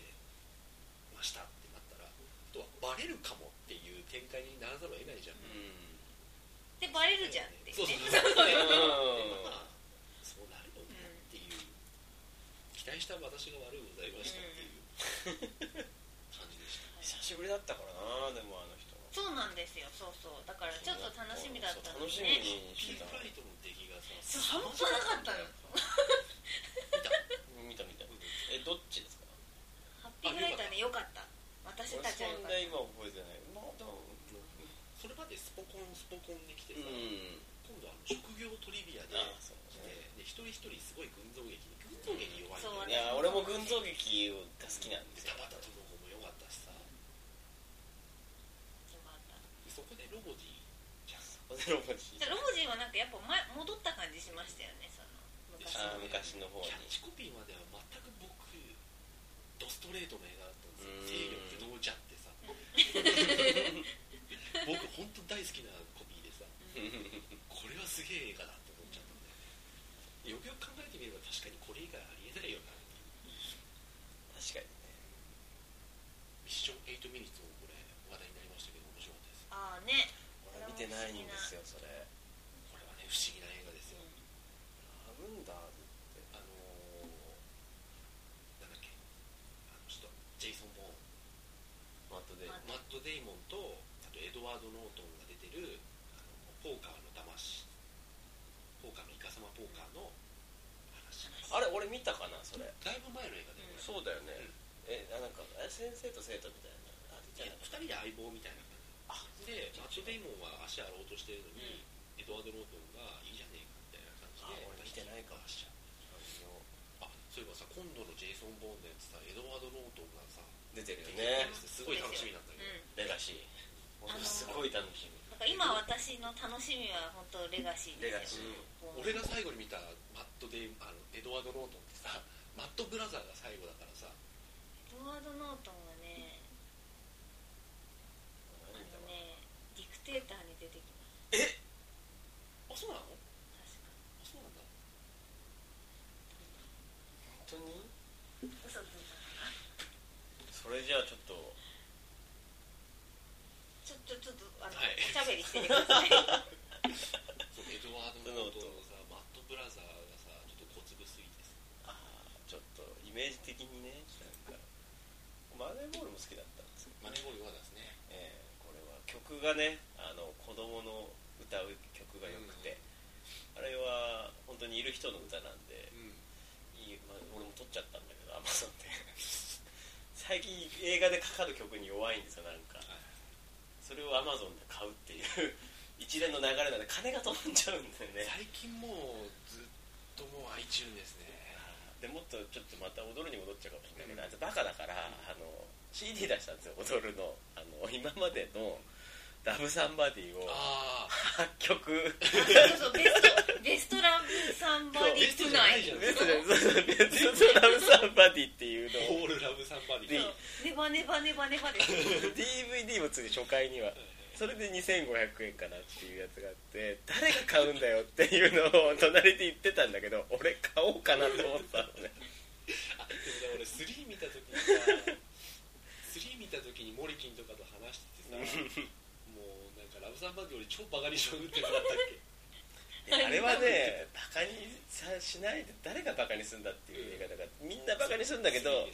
Speaker 2: ましたってなったらあとはバレるかもっていう展開にならざるを得ないじゃん、
Speaker 3: う
Speaker 1: でバレるじゃんって
Speaker 2: そう
Speaker 1: ね
Speaker 2: そうそう で
Speaker 3: うん
Speaker 2: まあそうなるよねっていう、期待した私が悪いございましたっていう、感じでした
Speaker 3: ん久しぶりだったからなでもあの人
Speaker 1: そうなんですよそうそうだからちょっと楽しみだったのに
Speaker 3: 楽しみ
Speaker 1: ね
Speaker 3: に
Speaker 2: ピ
Speaker 3: し
Speaker 2: ン
Speaker 3: てた
Speaker 2: フライトの出来がさ
Speaker 1: そう半端なかったの
Speaker 3: 見た見たえどっちですか
Speaker 1: ハッピーフライトはねよかった私
Speaker 3: 俺
Speaker 1: たちは
Speaker 3: そ
Speaker 1: よか
Speaker 3: ん
Speaker 1: った
Speaker 3: な今覚えてないまあでも
Speaker 2: それまでスポコンスポコンで来て
Speaker 3: う
Speaker 2: さ、
Speaker 3: ん
Speaker 2: 今度は職業トリビアで
Speaker 3: あそう
Speaker 2: 来て
Speaker 3: ね
Speaker 2: で一人一人すごい群像劇で群像劇弱い
Speaker 1: そう
Speaker 3: い
Speaker 2: ね
Speaker 3: や俺も群像劇が好きなんで
Speaker 2: です
Speaker 3: よ
Speaker 2: 田畑智子も良かったしさで
Speaker 1: よかった
Speaker 2: そこでロボジーじゃん
Speaker 3: おゼロ文字
Speaker 1: でロボジーはなんかやっぱ前戻った感じしましたよねその昔
Speaker 3: あ
Speaker 1: の
Speaker 3: ー昔の方に
Speaker 2: キャッチコピーまでは全く僕ドストレートの映画だったん
Speaker 3: うん
Speaker 2: ですよ「制御不動じゃ」ってさ僕本当大好きなコピーでさこれはすげえ映画だって思っちゃったんでよくよく考えてみれば確かにこれ以外ありえないよな
Speaker 3: 確かにね
Speaker 2: ミッション8ミニッツもこれ話題になりましたけど面白かったです
Speaker 1: ああね
Speaker 3: 俺見てないんですよそれ
Speaker 2: これはね不思議な映画ですよ、
Speaker 3: ラブンダーズって
Speaker 2: あのー、なんだっけあの人ジェイソン・ボーン
Speaker 3: マットデイモン
Speaker 2: マット・デイモンとあとエドワード・ノートンが出てるあのポーカーの騙しポーカーのイカサマポーカーの話
Speaker 3: あれ俺見たかなそれ
Speaker 2: だいぶ前の映画だよね、これ
Speaker 3: そうだよねえあなんかえ先生と生徒みたいなあじゃ
Speaker 2: いや2
Speaker 3: な
Speaker 2: 人で相棒みたいな
Speaker 3: あ
Speaker 2: でマット・デイモンは足洗おうとしてるのに、エドワード・ノートンがいいじゃねえかみたいな感じで
Speaker 3: あ俺見てないかもしれ
Speaker 2: あそういえばさ今度のジェイソン・ボーンのやつさエドワード・ノートンがさ
Speaker 3: 出てるよ
Speaker 2: え
Speaker 3: ね
Speaker 2: ーすごい楽しみなんだけど
Speaker 1: う
Speaker 3: レガシー
Speaker 1: あの
Speaker 3: すごい楽しみ
Speaker 1: ん、なんか今私の楽しみは本当レガシーですよ
Speaker 3: レガシ
Speaker 2: 俺が最
Speaker 1: もう
Speaker 3: ー
Speaker 2: 後に見たマット・デイあのエドワード・ノートンってさマット・ブラザーが最後だからさ
Speaker 1: エドワード・ノートンがねあのねディクテーターに出てきま
Speaker 2: あそうなのあ
Speaker 1: す確か
Speaker 2: そうなんだ
Speaker 3: 当に
Speaker 1: 嘘ついた
Speaker 3: それじゃあちょっと
Speaker 1: ちょちょちょっとあの、
Speaker 2: はい
Speaker 1: おしゃべりしててください
Speaker 2: そうエドワード・ノートのさマット・ブラザーがさちょっと小粒すぎてさ
Speaker 3: あーちょっとイメージ的にねなんかマネーボールも好きだったんですけど、
Speaker 2: マネーボールはですね
Speaker 3: ええこれは曲がねあの子供の歌う曲が良くて、あれは本当にいる人の歌なんで、
Speaker 2: うん
Speaker 3: いいまあ、俺も撮っちゃったんだけど Amazon で 最近映画でかかる曲に弱いんですよなんか
Speaker 2: はい
Speaker 3: それを Amazon で買うっていう一連の流れなんで金が飛んじゃうんだよね
Speaker 2: 最近もうずっともう iTune ですね
Speaker 3: でもっとちょっとまた踊るに戻っちゃうかもしれないけど、あいつバカだからあの CD 出したんですよ踊るのあの今までの「ラブサンバディ」を
Speaker 2: ああ
Speaker 3: 8曲
Speaker 1: そうそうベス トベストラブサンバディトゥナイ
Speaker 2: そう
Speaker 3: 別でそう別のラブサンバディ」っていうのを
Speaker 2: ホール・ラブ・サンバディ
Speaker 3: で
Speaker 1: ネバネバネバネバです
Speaker 3: DVD もつい初回にはそれで2500円かなっていうやつがあって誰が買うんだよっていうのを 隣で言ってたんだけど俺買おうかなと思ったの ね
Speaker 2: あでもね俺3見た時にさ3見た時にモリキンとかと話しててさもうなんかラブサンバディより超バカにしまくってなかったっけ
Speaker 3: あれはねバカにさしないで誰がバカにするんだっていう映画だからみんなバカにするんだけど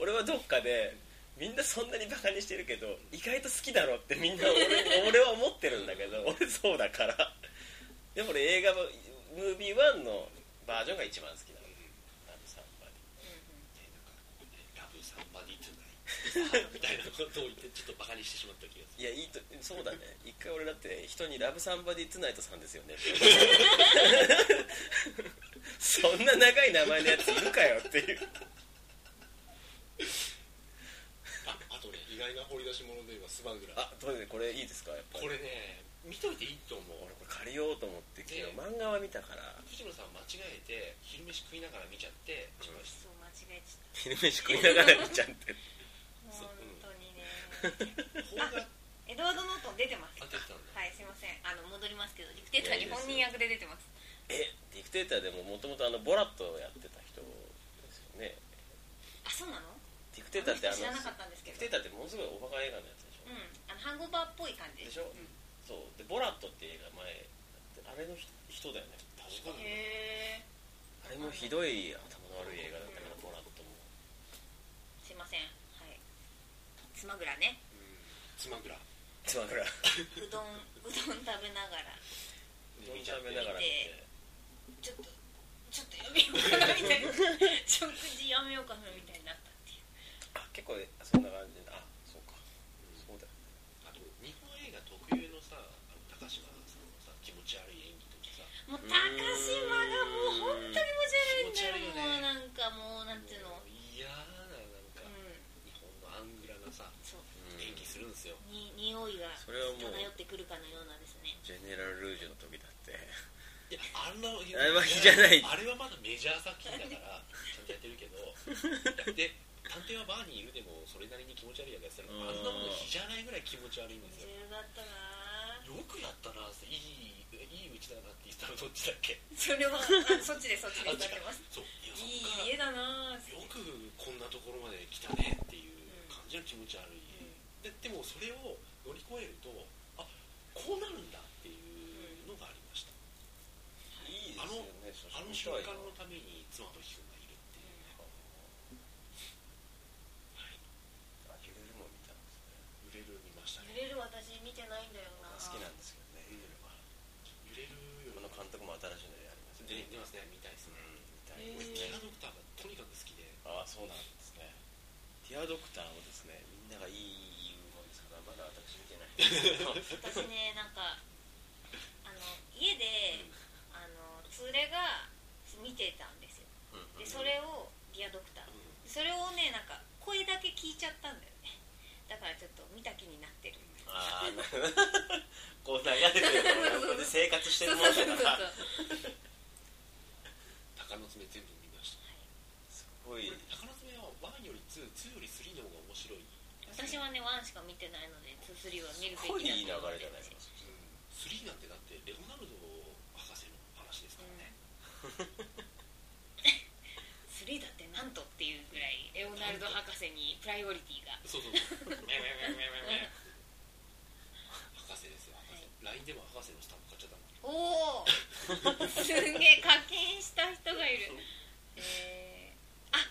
Speaker 3: 俺はどっかでみんなそんなにバカにしてるけど意外と好きだろってみんな俺 俺は思ってるんだけど俺そうだからでも俺映画はムービー1のバージョンが一番好きなのラブサンバディ
Speaker 2: ねなんかラブサンバディトゥナイトみたいなことを言ってちょっとバカにしてしまった気がする
Speaker 3: いやいいとそうだね一回俺だって人に「ラブサンバディ・トゥナイトさんですよ ね」そんな長い名前のやついるかよっていう
Speaker 2: ああとね意外な掘り出し物で今スバグラ
Speaker 3: あどうでこれいいですかやっぱり
Speaker 2: これね見といていいと思う
Speaker 3: 俺これ借りようと思って昨日
Speaker 2: ね
Speaker 3: 漫画は見たから
Speaker 2: 藤野さん間違えて昼飯食いながら見ちゃって
Speaker 3: うん
Speaker 1: そう間違えちゃっ
Speaker 3: 昼飯食いながら見ちゃって
Speaker 1: た
Speaker 2: そう
Speaker 1: 本当にね
Speaker 2: 邦画
Speaker 1: あエドワード・ノートン出てます
Speaker 2: 当てたんだ
Speaker 1: はいすいませんあの戻りますけどリクテーターに本人役で出てます
Speaker 3: えディクテーターでももともとボラットをやってた人ですよね
Speaker 1: あそうなの
Speaker 3: ディクテーターってあの
Speaker 1: 知
Speaker 3: デ
Speaker 1: らなかったんですけ
Speaker 3: ィク
Speaker 1: ど
Speaker 3: テーターってものすごいおバカ映画のやつでしょ、
Speaker 1: うんあのハンゴーバーっぽい感じ
Speaker 3: でしょ
Speaker 1: うん
Speaker 3: そうでボラットって映画前あれの人人だよね
Speaker 2: 確かに
Speaker 1: へえ
Speaker 3: あれもひどい頭の悪い映画だったからボラットも
Speaker 1: すいませんはいつまぐらね
Speaker 2: スマグラ
Speaker 3: つまぐら
Speaker 1: うどんうどん食べながら
Speaker 3: どんちゃんめながら見て
Speaker 1: ちょっとちょっとやめようかなみた いな食事やめようかなみたいになったっていう
Speaker 3: あ結構そんな感じであそうかそうだよ
Speaker 2: あと日本映画特有のさあの高島さんのさ気持ち悪い演技とかさ
Speaker 1: もう高島がもう本当に持ち悪いんだ
Speaker 2: うーん
Speaker 1: よもうなんかもうなんていうの
Speaker 2: も嫌ななんか、
Speaker 1: うん
Speaker 2: 日本のアングラなさ
Speaker 1: そう
Speaker 3: うん
Speaker 2: 演技するんですよ、
Speaker 1: に匂いが
Speaker 3: それはもう
Speaker 1: 漂ってくるかのようなですね
Speaker 3: ジェネラル・ルージュの時だって
Speaker 2: いやあんな
Speaker 3: あれは火じゃない
Speaker 2: あれはまだメジャー作品だからちゃんとやってる けどで探偵はバーにいるでもそれなりに気持ち悪いやつやってたらあんなもの火じゃないぐらい気持ち悪いんですよ
Speaker 1: 面白かったなぁ
Speaker 2: よくやったなっていいいいうちだなって言ったのどっちだっけ
Speaker 1: それはあそっちでそっちで
Speaker 2: あ
Speaker 1: 歌
Speaker 2: 違
Speaker 1: っ
Speaker 2: う
Speaker 1: てます
Speaker 2: そういやそっから
Speaker 1: いい家だなぁ
Speaker 2: よくこんなところまで来たねっていう感じの気持ち悪い、ででもそれを乗り越えるとあこうなるんだっていうのがありました、
Speaker 3: いいですよね
Speaker 2: あの瞬間のために妻と君がいるっていう、はい、
Speaker 3: あゆるるも見たんですね
Speaker 2: 揺れる見ました
Speaker 1: 揺
Speaker 2: ね
Speaker 1: れる私見てないんだよな
Speaker 3: 好きなんですけどねゆるるは
Speaker 2: 揺れる
Speaker 3: この監督も新しいのやりますね
Speaker 2: 出てますねみたいです
Speaker 3: う
Speaker 2: ね、
Speaker 3: ん見た
Speaker 1: へ
Speaker 3: いで
Speaker 2: 俺テ
Speaker 3: す
Speaker 2: ィ
Speaker 3: ね
Speaker 2: アドクターがとにかく好きで
Speaker 3: ああそうなんですねティアドクターをですねみんながいい言うもんですからまだ私見てない
Speaker 1: 私ねなんかあの家であの連れが見てたんですよでそれをディアドクター
Speaker 2: う
Speaker 1: それをねなんか声だけ聞いちゃったんだよねだからちょっと見た気になってる
Speaker 3: ああこう流れてるのをここで生活して
Speaker 1: そう
Speaker 3: る
Speaker 1: そう
Speaker 3: もん
Speaker 1: そう
Speaker 3: だ
Speaker 1: そう
Speaker 3: から
Speaker 2: 鷹の爪全部見ました
Speaker 3: すごい
Speaker 2: 俺鷹の爪は1より22より3の方が面白い
Speaker 1: 私はねワンしか見てないのでツースリーは見る
Speaker 3: すごい
Speaker 1: べきだ
Speaker 3: いい流れじゃ
Speaker 1: と
Speaker 3: な
Speaker 1: 思
Speaker 3: い
Speaker 1: って
Speaker 3: ですか
Speaker 2: 3なんてだってレオナルド博士の話ですからね、
Speaker 1: スリーだってなせにプライオリティが
Speaker 2: そうそうそうめめめめめめ博士ですよ博士 LINE でも博士のスタンプ買っちゃったもん
Speaker 1: おおすげえ課金した人がいるえー、あ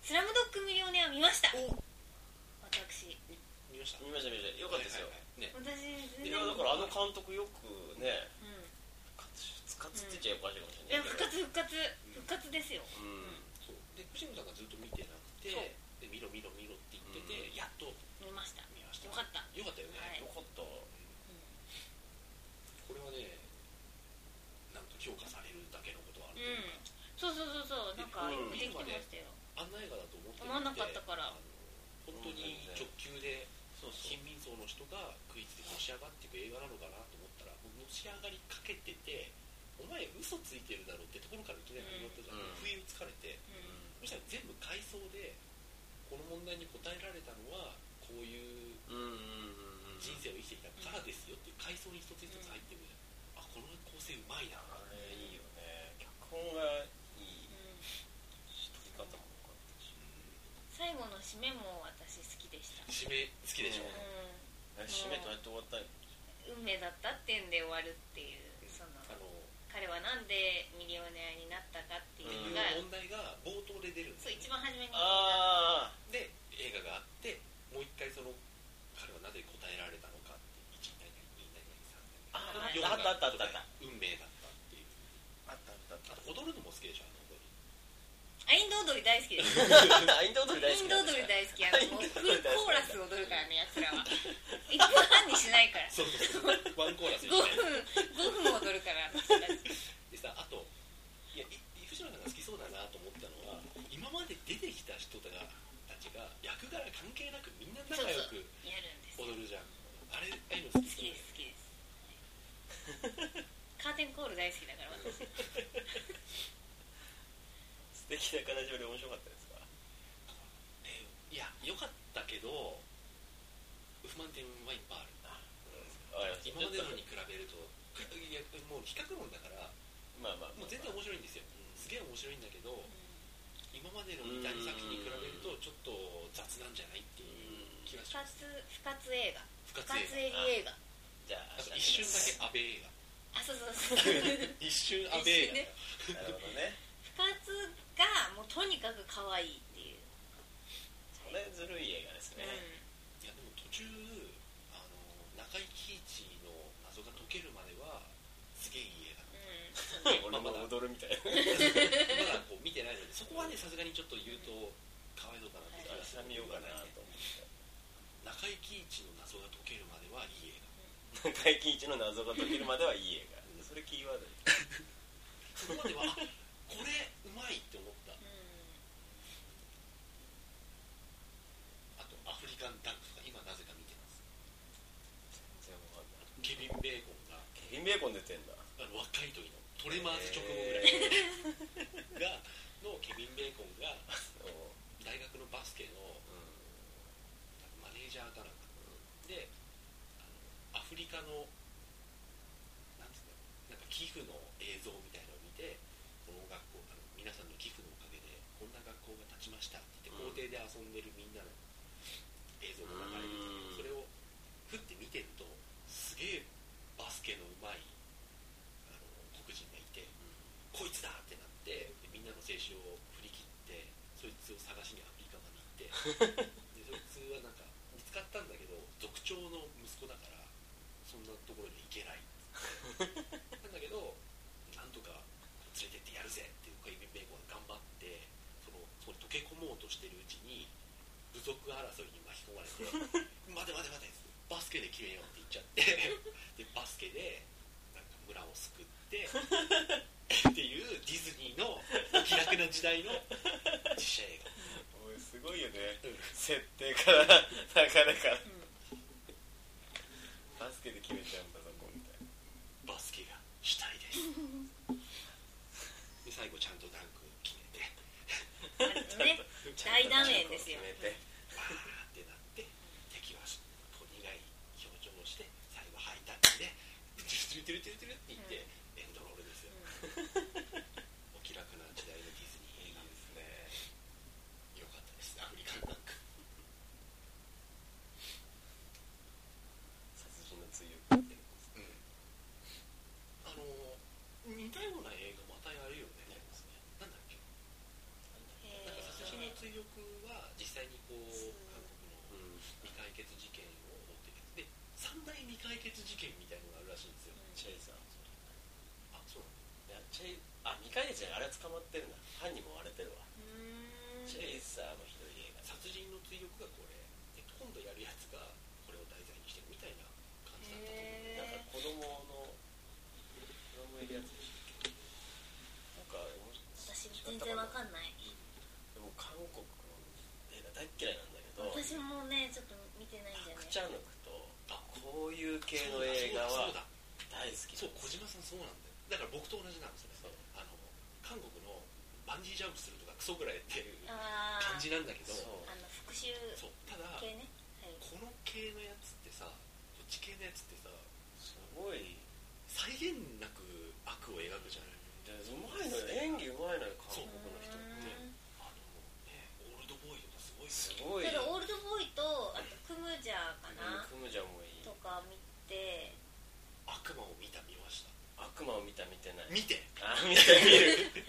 Speaker 1: スラムドッグミリオネア見ました私
Speaker 2: 見ました
Speaker 3: 見ました見ましたよかったですよ、
Speaker 2: ね
Speaker 1: 私全
Speaker 3: い
Speaker 1: 然
Speaker 3: やだからあの監督よくね
Speaker 1: うん
Speaker 3: 復活復活って言っちゃおかしいかもし
Speaker 1: いや
Speaker 3: れない
Speaker 1: 復活復活復活で
Speaker 3: けど
Speaker 1: すよ
Speaker 3: うん
Speaker 2: そうで藤野さんがずっと見てなくて
Speaker 1: そう
Speaker 2: で見ろ見ろ見ろって言ってて、
Speaker 3: うん
Speaker 2: やっと
Speaker 1: 見ました
Speaker 2: 見ました
Speaker 1: よかった
Speaker 2: よかったよね、
Speaker 1: はい
Speaker 3: よかった
Speaker 2: これはねなんか評価されるだけのことはあるという
Speaker 1: うん
Speaker 2: か、
Speaker 1: そうそうそうそうなんかよくできてましたよ
Speaker 2: あんな映画だと思って
Speaker 1: 思わなかったから
Speaker 2: あの本当に直球で
Speaker 3: そうそう
Speaker 2: 貧民層の人がクイズでのし上がっていく映画なのかなと思ったらもうのし上がりかけててお前嘘ついてるだろうってところからいきなり始まってたから、
Speaker 3: うん
Speaker 2: 不意打つかれて
Speaker 1: うん
Speaker 2: むしろ全部回想でこの問題に答えられたのはこういう
Speaker 3: うんうんうんうん
Speaker 2: 人生を生きてきたからですよっていう回想に一つ一つ入ってくるじゃん、あこの構成うまいな
Speaker 3: あれいいよね脚本がいい
Speaker 1: うん
Speaker 3: し撮り方も良かったし
Speaker 1: 最後の締めも私好きでした
Speaker 2: 締め好きでしょ、
Speaker 3: うん
Speaker 1: う
Speaker 3: え締めどうやって終わったんや
Speaker 1: ん運命だったっていうんで終わるっていうその
Speaker 2: あの
Speaker 1: 彼はなんでミリオネアになったかって
Speaker 2: って
Speaker 1: い
Speaker 2: い
Speaker 1: う
Speaker 2: う
Speaker 1: のが
Speaker 2: 問題が冒頭で出るんです
Speaker 1: そう
Speaker 2: よ
Speaker 1: 一番初めに
Speaker 3: ああ
Speaker 2: で映画があってもう一回その彼はなぜ答えられたのかって1何
Speaker 3: あ
Speaker 2: 何何3何
Speaker 3: あったあったあったあった
Speaker 2: 運命だったっていう
Speaker 3: あったあったあっ
Speaker 2: あと踊るのも好きでしょあの踊り
Speaker 1: あインド踊り大好きです
Speaker 3: たインド踊り大
Speaker 1: イ
Speaker 3: 好き
Speaker 1: ンド
Speaker 3: なん
Speaker 1: 踊
Speaker 3: です
Speaker 1: り
Speaker 3: か
Speaker 1: 大好きあのもうフルコーラス踊るからねやつらは1分半にしないから
Speaker 2: そうそうそうワンコーラス
Speaker 1: 5
Speaker 2: にして
Speaker 1: 分5分踊るからあの人たち
Speaker 2: でさあといやい藤野さんが好きそうだなと思ったのは今まで出てきた人たちが役柄関係なくみんな仲良く
Speaker 1: やるんです
Speaker 2: 踊
Speaker 1: 好
Speaker 2: るじゃんあれああいうの好き
Speaker 1: きです好きですカーテンコール大好きだから私
Speaker 3: 素敵な形で面白かったですか
Speaker 2: いや良かったけど不満点はいっぱいある
Speaker 3: わかりました
Speaker 2: 今までのに比べるといやもう比較論だから
Speaker 3: まあまあ
Speaker 2: もう全然面白いんですよすげえ面白いんだけど今までの見
Speaker 3: うん
Speaker 2: たり先に比べるとちょっと雑なんじゃないっていう気がし
Speaker 1: 不活
Speaker 2: ます不
Speaker 1: 不活映画不活
Speaker 2: 活
Speaker 1: エ
Speaker 2: 映画
Speaker 1: リ映画
Speaker 3: じゃ
Speaker 2: あ
Speaker 3: あ
Speaker 2: と一瞬だけ安倍映画
Speaker 1: あそうそう そう
Speaker 2: 一瞬安倍映
Speaker 3: けなるほどね
Speaker 1: 不活がもうとにかく可愛いっていう
Speaker 3: これずるい映画ですね
Speaker 2: 画いやでも途中あの中井貴一の謎が解けるまではすげえいい映画
Speaker 1: うん、うん、
Speaker 3: 俺も踊るみたいな
Speaker 2: まだこう見てないのでそこはねさすがにちょっと言うとかわいそうかなって気がす
Speaker 3: 挟
Speaker 2: る
Speaker 3: みようかなと思って
Speaker 2: 中井貴一の謎が解けるまではいい映
Speaker 3: 中井貴一の謎が解けるまではいい映画それキーワードです
Speaker 2: 画そこまではあこれうまいって思った
Speaker 1: う
Speaker 2: あとアフリカンダンクとか今なぜか見てます
Speaker 3: 全然わかんない
Speaker 2: ケビン・ベーコンが
Speaker 3: ケビン・ベーコン出てんだ
Speaker 2: あの若い時のトレマーズ直後ぐらいがのケビン・ベーコンが
Speaker 3: そう
Speaker 2: 大学のバスケのマネージャーかなんかであのアフリカのなんつうんだろうなんか寄付の映像みたいなのを見てこの学校あの皆さんの寄付のおかげでこんな学校が立ちましたって言
Speaker 3: うん
Speaker 2: って校庭で遊んでるみんなの映像が流れ
Speaker 3: うん
Speaker 2: ててそれをふって見てるとすげえバスケのうまいあの黒人がいてこいつだってなってでみんなの青春を振り切ってそいつを探しにアフリカまで行ってでそいつはなんか見つかったんだけど族長の息子だからそんなところに行けないなんだけどなんとか連れてってやるぜっていうかイビン・ベーコンが頑張ってそのそこに溶け込もうとしてるうちに部族争いに巻き込まれて「待て待て待て」バスケで決めようって言っちゃってでバスケでなんか村を救ってっていうディズニーのお気楽な時代の実写映画
Speaker 3: おいすごいよね
Speaker 2: うん
Speaker 3: 設定からなかなか
Speaker 1: ん
Speaker 3: バスケで決めちゃうんだぞこみたいな
Speaker 2: バスケが主体ですで最後ちゃんとダンク決めて
Speaker 1: ね、大断
Speaker 3: ダメ
Speaker 1: 面ですよ
Speaker 3: 決めて
Speaker 2: バーってなって敵はこう苦い表情をして最後ハイタッチでトゥルトゥルトゥルトゥル って言ってエンドロールですよお気楽な時代のディズニー映画ですねよかったですアフリカンダンクは実際にこう韓国の未解決事件を追っていくで三大未解決事件みたいのがあるらしいんですよ、
Speaker 3: チェイサー
Speaker 2: あそうなん
Speaker 3: いやチェイあ未解決じゃないあれは捕まってるんだ犯人も割れてるわ
Speaker 1: うん
Speaker 3: チェイサーもひどい映画
Speaker 2: 殺人の追憶がこれで今度やるやつがこれを題材にしてるみたいな感じだったと思う
Speaker 3: なんか子供の子供いるやつでしょなんか
Speaker 1: 私全然わかんない
Speaker 3: でも韓国の映画大っ嫌いなんだけど
Speaker 1: 私もねちょっと見てないんだよね
Speaker 3: パクチャヌクとこういう系の映画
Speaker 2: そうだ
Speaker 3: は大好き
Speaker 2: そうだそう小島さんそうなんだよだから僕と同じなんですね
Speaker 3: そう
Speaker 2: あの韓国のバンジージャンプするとかクソぐらいっていう
Speaker 1: ああ
Speaker 2: 感じなんだけど
Speaker 3: そう
Speaker 2: そう
Speaker 1: あの復讐
Speaker 2: ただ
Speaker 1: 系ねはい
Speaker 2: この系のやつってさこっち系のやつってさ
Speaker 3: すごい
Speaker 2: 際限なく悪を描くじゃない
Speaker 3: でうまいのよ演技うまいのよ韓国の人って
Speaker 1: うん
Speaker 2: あのねオールドボーイとかすごい
Speaker 3: す
Speaker 2: い
Speaker 3: ごい
Speaker 1: ただオールドボーイとあとクムジャーかな
Speaker 3: クムジャもいい
Speaker 1: とか見て
Speaker 2: 悪魔を見た見ました
Speaker 3: 悪魔を見た見てない
Speaker 2: 見て
Speaker 3: あ見た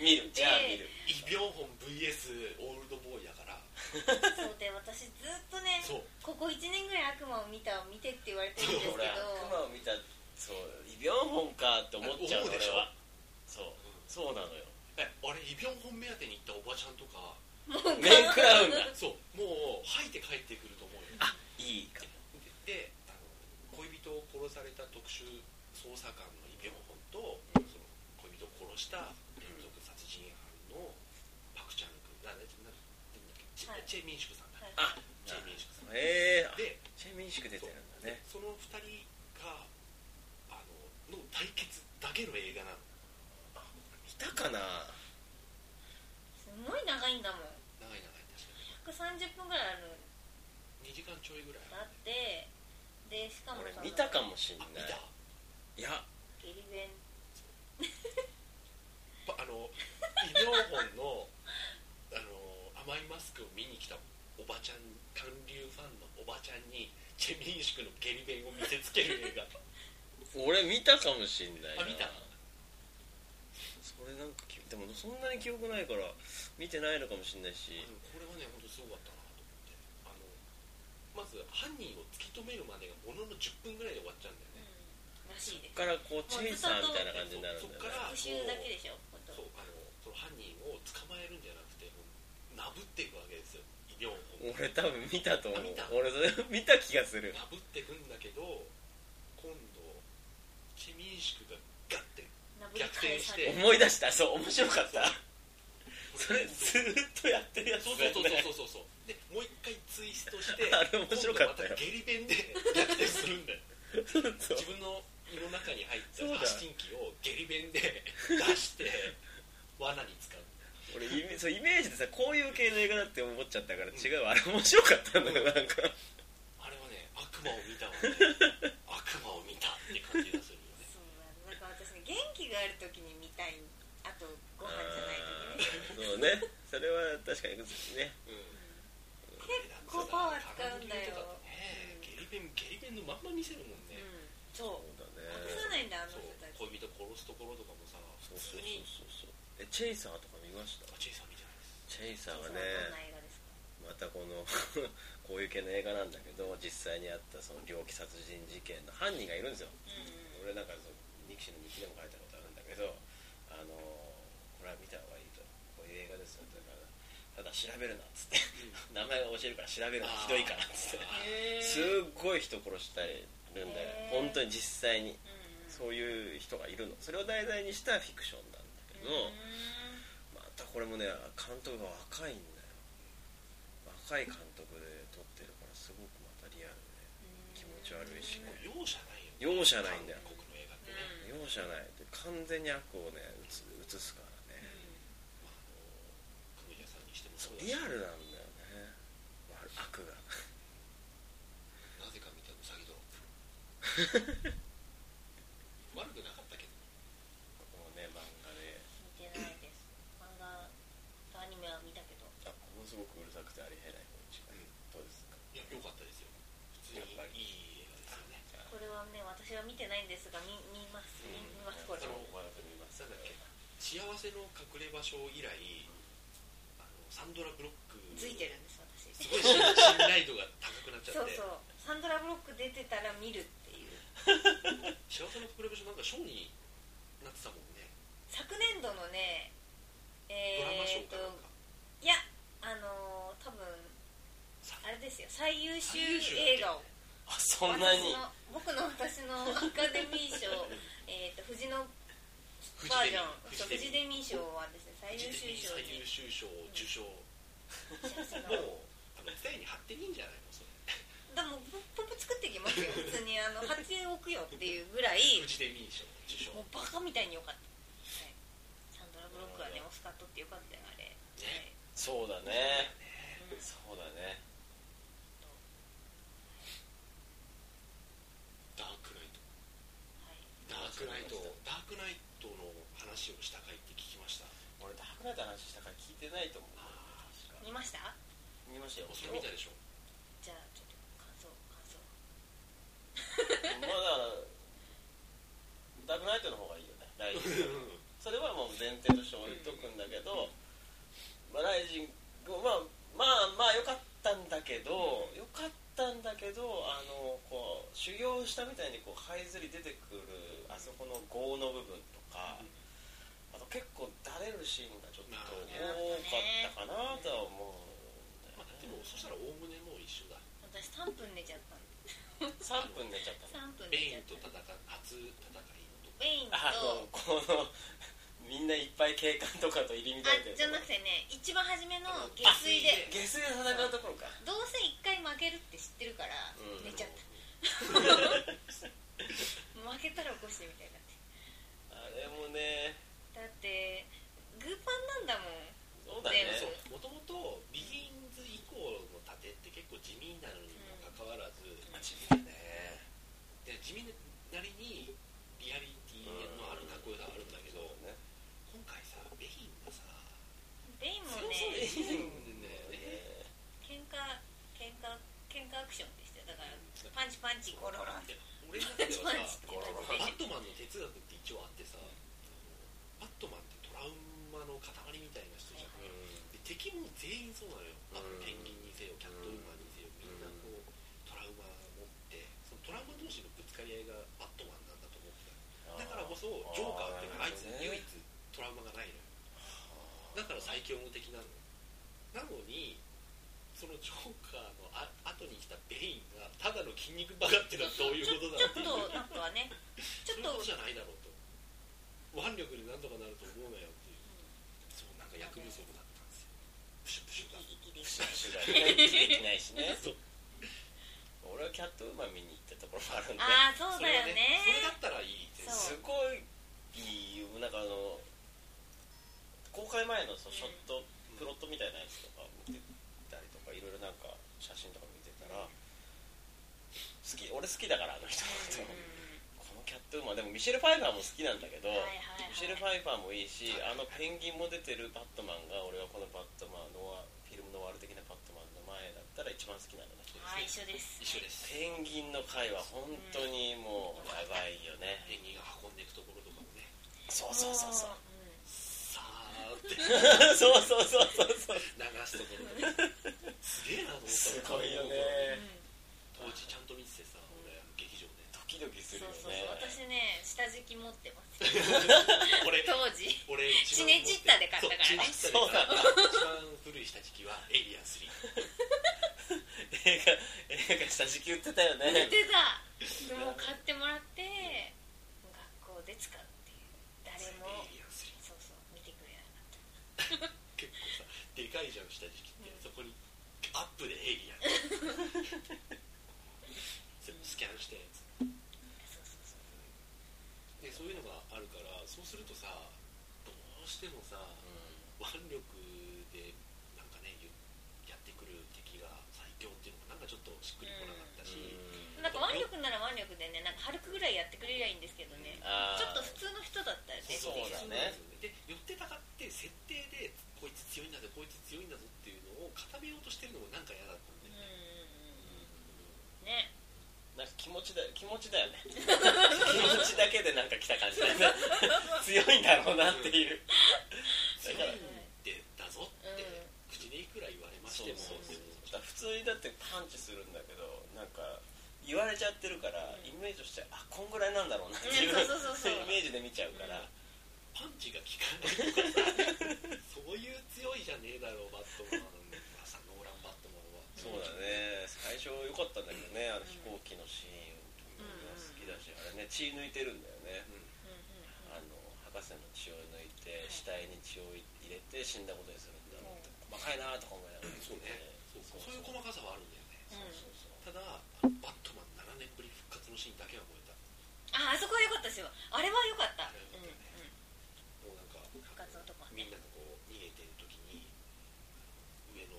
Speaker 3: 見る見るじゃあ見る
Speaker 2: イ・ビョンホン VS オールドボーイだから
Speaker 1: そうで私ずっとね
Speaker 2: そう
Speaker 1: ここ1年ぐらい悪魔を見たを見てって言われてるんですけど
Speaker 3: 俺悪魔を見たそうイ・ビョンホンかって思っちゃう
Speaker 2: 思う
Speaker 3: 俺
Speaker 2: でしょ
Speaker 3: はそうそうなのよ
Speaker 2: えあれイ・ビョンホン目当てに行ったおばちゃんとか
Speaker 3: 面食らうんだ
Speaker 2: そうもう吐いて帰ってくると思うよ
Speaker 3: いいか
Speaker 2: であの恋人を殺された特殊捜査官のイ・ビョンホンとその恋人を殺した連続殺人犯のパク・チャン君なんだなんだっけチェ
Speaker 1: はい
Speaker 2: チェ・ミンシクさんだ、
Speaker 1: はい
Speaker 3: あ
Speaker 2: チェ・ミンシクさん
Speaker 3: へえあ
Speaker 2: で
Speaker 3: チェ・ミンシク出てるんだね
Speaker 2: その2人があのの対決だけの映画なの
Speaker 3: 見たかな
Speaker 1: すごい長いんだもん
Speaker 2: 長い長い確かに
Speaker 1: 130分ぐらいあるん
Speaker 2: 2時間ちょいぐらい
Speaker 1: だってでしかも
Speaker 3: 俺
Speaker 1: その
Speaker 3: 見たかもしん
Speaker 2: あ見
Speaker 3: ない
Speaker 2: た
Speaker 3: いや
Speaker 1: ゲリ弁
Speaker 2: ばあの医療本のあの甘いマスクを見に来たおばちゃん韓流ファンのおばちゃんにチェ・ミンシクの下痢弁を見せつける映画
Speaker 3: 俺見たかもしんない
Speaker 2: あ
Speaker 3: な
Speaker 2: 見た
Speaker 3: それなんかきでもそんなに記憶ないから見てないのかもしんないし
Speaker 2: でもこれはね本当すごかったなと思ってあのまず犯人を突き止めるまでがものの10分ぐらいで終わっちゃうんだよね
Speaker 1: うんらしいで
Speaker 3: そっ
Speaker 1: す
Speaker 3: からこうチェイサーみたいな感じになるんだよね
Speaker 2: あ
Speaker 1: 復讐だけでしょ本当
Speaker 2: そうあのその犯人を捕まえるんじゃなくてもうなぶっていくわけですよ医療本
Speaker 3: 俺多分見たと思う
Speaker 2: あ見た
Speaker 3: 俺それ見た気がする
Speaker 2: なぶっていくんだけど今度チェ・ミンシクがガッて
Speaker 1: なぶり返される
Speaker 3: 思い出したそう面白かったそれずーっとやってるやつ
Speaker 2: そう
Speaker 3: だよ
Speaker 2: そう
Speaker 3: ね
Speaker 2: そうそうそうそうでもう一回ツイストして
Speaker 3: あれ面白かった
Speaker 2: 今
Speaker 3: よ
Speaker 2: 度まゲリ弁で逆転するんだよ
Speaker 3: そう
Speaker 2: 自分の胃の中に入っ
Speaker 3: そうだ
Speaker 2: た発信機をゲリ弁で出して罠に使う
Speaker 3: 俺イメそうイメージでさこういう系の映画だって思っちゃったから違うわあれ面白かったんだよなんか
Speaker 2: あれはね悪魔を見たわ、 ね、悪魔を見たって感じがするよね
Speaker 1: そうなんだから私ね元気がある時に見たいあとご飯じゃない時ね
Speaker 3: そうねそれは確かにね
Speaker 2: うん
Speaker 1: 結構パワー使うんだよ
Speaker 2: ねゲリ弁ゲリ弁のまんま見せるもん
Speaker 1: う
Speaker 2: ね、
Speaker 1: んそ
Speaker 3: そう
Speaker 1: う
Speaker 3: だ
Speaker 1: 隠さない
Speaker 3: ね
Speaker 1: んだあの
Speaker 2: そう
Speaker 1: 人たち
Speaker 2: 恋人殺すところとかもさ
Speaker 3: そ
Speaker 2: 普
Speaker 3: うそうそう
Speaker 2: 通に
Speaker 3: そうえチェイサーとか見ました
Speaker 2: あチェイさん見てないです
Speaker 3: チェイサーは
Speaker 1: どん
Speaker 3: ね
Speaker 1: な映画ですか
Speaker 3: またこの こういう系の映画なんだけど実際にあったその猟奇殺人事件の犯人がいるんですよ
Speaker 1: うん
Speaker 3: 俺なんかそのニクシーの日記でも書いたことあるんだけどあのこれは見た方がいいとこういう映画ですよだからただ調べるなっつって名前を教えるから調べるのはひどいからっつって
Speaker 1: へー
Speaker 3: すっごい人殺したりるんだよ
Speaker 1: へー
Speaker 3: 本当に実際に
Speaker 1: うん
Speaker 3: そういう人がいるのそれを題材にしたフィクションなんだけど、またこれもね監督が若いんだよ若い監督で撮ってるからすごくまたリアルで気持ち悪いしね
Speaker 2: 容赦ないよ
Speaker 3: 容赦ないんだよ
Speaker 2: 韓国の映画ってね、
Speaker 1: うん
Speaker 3: 容赦ないで完全に悪をね映す映すから
Speaker 1: うん
Speaker 3: ね
Speaker 2: まあ、あの久米屋さんにしても
Speaker 3: そう
Speaker 2: だし
Speaker 3: リアルなんだよね悪悪が
Speaker 2: なぜか見たウサギドロップ 悪くなかったけど
Speaker 3: このね漫画で
Speaker 1: 見てないです漫画とアニメは見たけど
Speaker 3: あものすごくうるさくてありえないこの時間どうですか
Speaker 2: いや良かったですよ普通
Speaker 3: やっぱり
Speaker 2: にいい映画ですよね
Speaker 1: これはね私は見てないんですが見見ます見見ますこれ
Speaker 2: その
Speaker 3: まだ見ます
Speaker 2: なんだっけ幸せの隠れ場所以来あのサンドラブロック
Speaker 1: ついてるんです私
Speaker 2: すごい信頼度が高くなっち
Speaker 1: そ
Speaker 2: ゃっ
Speaker 1: う
Speaker 2: て
Speaker 1: そうサンドラブロック出てたら見るっていう
Speaker 2: 幸せのプロレビューなんか賞になってたもんね、
Speaker 1: 昨年度のねえ
Speaker 2: ドラマ賞
Speaker 1: ー、
Speaker 2: かなん
Speaker 1: と
Speaker 2: か
Speaker 1: いやあのー多分
Speaker 2: さ
Speaker 1: あれですよ最優秀
Speaker 2: 最優秀だっけ
Speaker 1: 映画を
Speaker 3: あそんなに
Speaker 1: 私の僕の私のアカデ ミー賞えーと藤野
Speaker 2: フジ
Speaker 1: バージ
Speaker 2: デ
Speaker 1: ョ
Speaker 2: ミ
Speaker 1: ン
Speaker 2: フジデミ
Speaker 1: そうフジデミー賞はですね最
Speaker 2: フ
Speaker 1: 優
Speaker 2: ジデミ
Speaker 1: 秀賞
Speaker 2: 最優
Speaker 1: に
Speaker 2: 秀賞受賞
Speaker 1: その
Speaker 2: もう多分手に貼っていいんじゃないのそれ
Speaker 1: でもポップ作ってきますよ普通にあの発円置くよっていうぐらい
Speaker 2: フジデミー賞受賞
Speaker 1: もうバカみたいに良かった、はい、サンドラ・ブロックはねオスカットってよかったよあれ、はい
Speaker 3: そうだね
Speaker 1: うん
Speaker 3: そうだね
Speaker 2: ダークナイト
Speaker 1: はい
Speaker 2: ダークナイトダークナイトの話をした回って聞きました
Speaker 3: 俺ダークナイトの話したから聞いてないと思う
Speaker 2: あ
Speaker 3: 確か
Speaker 1: 見ました
Speaker 3: 見ましたよ
Speaker 2: それ見たでしょ
Speaker 1: じゃあちょっと感想感想
Speaker 3: まだダークナイトの方がいいよ ねライジン
Speaker 2: う
Speaker 3: グそれはもう前提として置いとくんだけど、まあ、ライジングまあまあまあ良かったんだけど良かったんだけどあのこう修行したみたいにこう這いずり出てくるあそこの業の部分とか、
Speaker 2: うん
Speaker 3: あと結構だれるシーンがちょっと
Speaker 2: まあ
Speaker 3: 多
Speaker 2: ね
Speaker 3: かったかなとは思うんだ
Speaker 2: まあ
Speaker 3: よ、
Speaker 2: で
Speaker 3: ね
Speaker 2: もそしたらおおむねもう一緒だ
Speaker 1: 私3分寝ちゃったんで
Speaker 3: 3分寝ちゃったね
Speaker 1: 3分
Speaker 2: ベイ
Speaker 1: 寝ちゃ
Speaker 2: ン
Speaker 1: っ
Speaker 2: と
Speaker 1: た
Speaker 2: 戦初戦いのと
Speaker 1: ベインと
Speaker 3: あ
Speaker 1: あ
Speaker 3: のこのみんないっぱい警官とかと入り乱れてる
Speaker 1: じゃなくてね一番初めの下水で
Speaker 3: 下水で戦うところか
Speaker 1: どうせ一回負けるって知ってるから
Speaker 3: うん
Speaker 1: 寝ちゃった負けたら起こしてみたいになって
Speaker 3: あれもね
Speaker 1: だってグーパンなんだもん
Speaker 3: そうだね
Speaker 1: で
Speaker 2: そうもともとビギンズ以降の盾って結構地味なのにもかかわらず、
Speaker 3: 地味だね
Speaker 2: で地味なりにリアリティのあるかっこよさはあるんだけど、
Speaker 3: ね
Speaker 2: 今回さベインがさ
Speaker 1: ベインも
Speaker 2: 強そう
Speaker 1: ね
Speaker 2: でいいんだよね
Speaker 3: ね
Speaker 1: 喧嘩喧嘩喧嘩アクションでしたよだからパンチパンチゴロロ
Speaker 2: で俺の中ではさ
Speaker 1: パンチ
Speaker 2: バッ
Speaker 1: パンチって言ったら
Speaker 2: トマンの哲学って一応あってさバットマンってトラウマの塊みたいな人じゃんで敵も全員そうなのよ、あ
Speaker 3: うん
Speaker 2: ペンギンにせよキャットウーマンにせよみんなこうトラウマを持ってそのトラウマ同士のぶつかり合いがバットマンなんだと思ってただからこそジョーカーっていうのはあいつ唯一トラウマがないのよだから最強の敵なのなのにそのジョーカーのあ後に来たベインがただの筋肉バカってのはどういうこと
Speaker 1: ち
Speaker 2: だ
Speaker 1: ょちょっとなんかねち
Speaker 2: そ
Speaker 1: ょ
Speaker 2: ういうこ
Speaker 1: っと
Speaker 2: とじゃないだろうと腕力でなんとかなると思うなよっていうそうなんか薬不足だったんですよプシュプシュだ
Speaker 1: 息息でき
Speaker 3: プ
Speaker 1: た
Speaker 3: シュプシュが ねできないしね
Speaker 2: そう
Speaker 3: 俺はキャットウーマン見に行ったところもあるんで
Speaker 1: ああそうだよ
Speaker 2: それだ
Speaker 1: ね
Speaker 2: ったらいいです
Speaker 1: そう
Speaker 3: すごいいいよなんかあの公開前のそのショットプロットみたいなやつとか見てたりとかいろいろなんか写真とか見てたら好き俺好きだからあの人のこ
Speaker 1: う
Speaker 3: とこのキャットウーマンでもミシェル・ファイファーも好きなんだけど、
Speaker 1: はいはいはい
Speaker 3: ミシェル・ファイファーもいいしあのペンギンも出てるバットマンが俺はこのバットマンノアフィルムノワール的なバットマンの前だったら一番好きなのだ
Speaker 1: んはい一緒です
Speaker 2: 一緒です
Speaker 3: ペンギンの回は本当にもうやばいよね、
Speaker 2: ペンギンが運んでいくところとかもね
Speaker 3: そうそうそうそう
Speaker 1: ん
Speaker 2: さあって流
Speaker 3: そうそうそう
Speaker 2: す
Speaker 3: そうそう
Speaker 2: ところとかすげえなと思った
Speaker 3: すごいよね
Speaker 2: 当
Speaker 1: うん
Speaker 2: 時ちゃんと見ててさ 俺あの劇場で
Speaker 3: ドキドキ
Speaker 1: そ
Speaker 3: す
Speaker 1: う
Speaker 3: る
Speaker 1: そうそ
Speaker 3: よ
Speaker 1: う
Speaker 3: ね
Speaker 1: 私ね下敷き持ってます
Speaker 2: 俺
Speaker 1: 当時
Speaker 2: 俺一番
Speaker 1: チネチッタで買ったからね
Speaker 2: そうチネチッタで買った一番古い下敷きはエイリアン3
Speaker 3: 映画映画下敷き売ってたよ
Speaker 1: 寝
Speaker 3: ね
Speaker 1: てたでも買ってもらって学校で使うっていう誰も
Speaker 2: エイリアン3
Speaker 1: そうそう見てくれなかった
Speaker 2: 結構さでかいじゃん下敷きってそこにアップでエイリアン全部スキャンしたやつ
Speaker 1: そうそうそう
Speaker 2: でそういうのがあるからそうするとさどうしてもさ腕力でなんかねゆやってくる敵が最強っていうのがなんかちょっとしっくりこなかったし、
Speaker 3: うん
Speaker 1: なんか腕力なら腕力でねなんか軽くぐらいやってくれりゃいいんですけどね
Speaker 3: あ
Speaker 1: ち
Speaker 3: ー
Speaker 1: ょっと普通の人だったらね
Speaker 3: そう
Speaker 1: っ
Speaker 3: だ
Speaker 1: ていう
Speaker 2: で寄っ
Speaker 3: ね
Speaker 2: てたかって設定でこいつ強いんだぞこいつ強いんだぞっていうのを固めようとしてるのもなんか嫌だったん
Speaker 1: う
Speaker 2: で、
Speaker 1: ん
Speaker 2: ね
Speaker 1: ね
Speaker 3: なんか気持ちだ気持ちだよね気持ちだけでなんか来た感じだよね強いんだろうなっていうだ
Speaker 2: 強い
Speaker 3: から
Speaker 2: んでだぞって
Speaker 1: うん
Speaker 2: 口に
Speaker 3: そ
Speaker 2: で
Speaker 3: う
Speaker 2: も
Speaker 3: そうそうだから普通にだってパンチするんだけどなんか言われちゃってるから、
Speaker 1: うん
Speaker 3: イメージとしてあこんぐらいなんだろうなっていう,、
Speaker 1: ねそうそうそうそう
Speaker 3: イメージで見ちゃうから、
Speaker 1: うん
Speaker 2: パンチが効かないとかさそういう強いじゃねえだろうバットマンまあさノーランバットマンは
Speaker 3: そうだね最初良かったんだけどねあの飛行機のシーン
Speaker 1: うん
Speaker 3: 好きだしあれね血抜いてるんだよね、
Speaker 2: うん
Speaker 3: あの博士の血を抜いて死体に血を入れて死んだことにするんだろうって細かいなとか思いながら
Speaker 2: そうねそうそうそういう細かさはあるんだよね
Speaker 1: うん
Speaker 3: そうそう
Speaker 2: ただあのバットマン7年ぶり復活のシーンだけは覚えた
Speaker 1: ああそこは良かったですよあれは良かっ
Speaker 2: あ
Speaker 1: た
Speaker 2: れは良かったねもうなんか
Speaker 1: 復活のとこは
Speaker 2: みんながこう逃げてる時に上の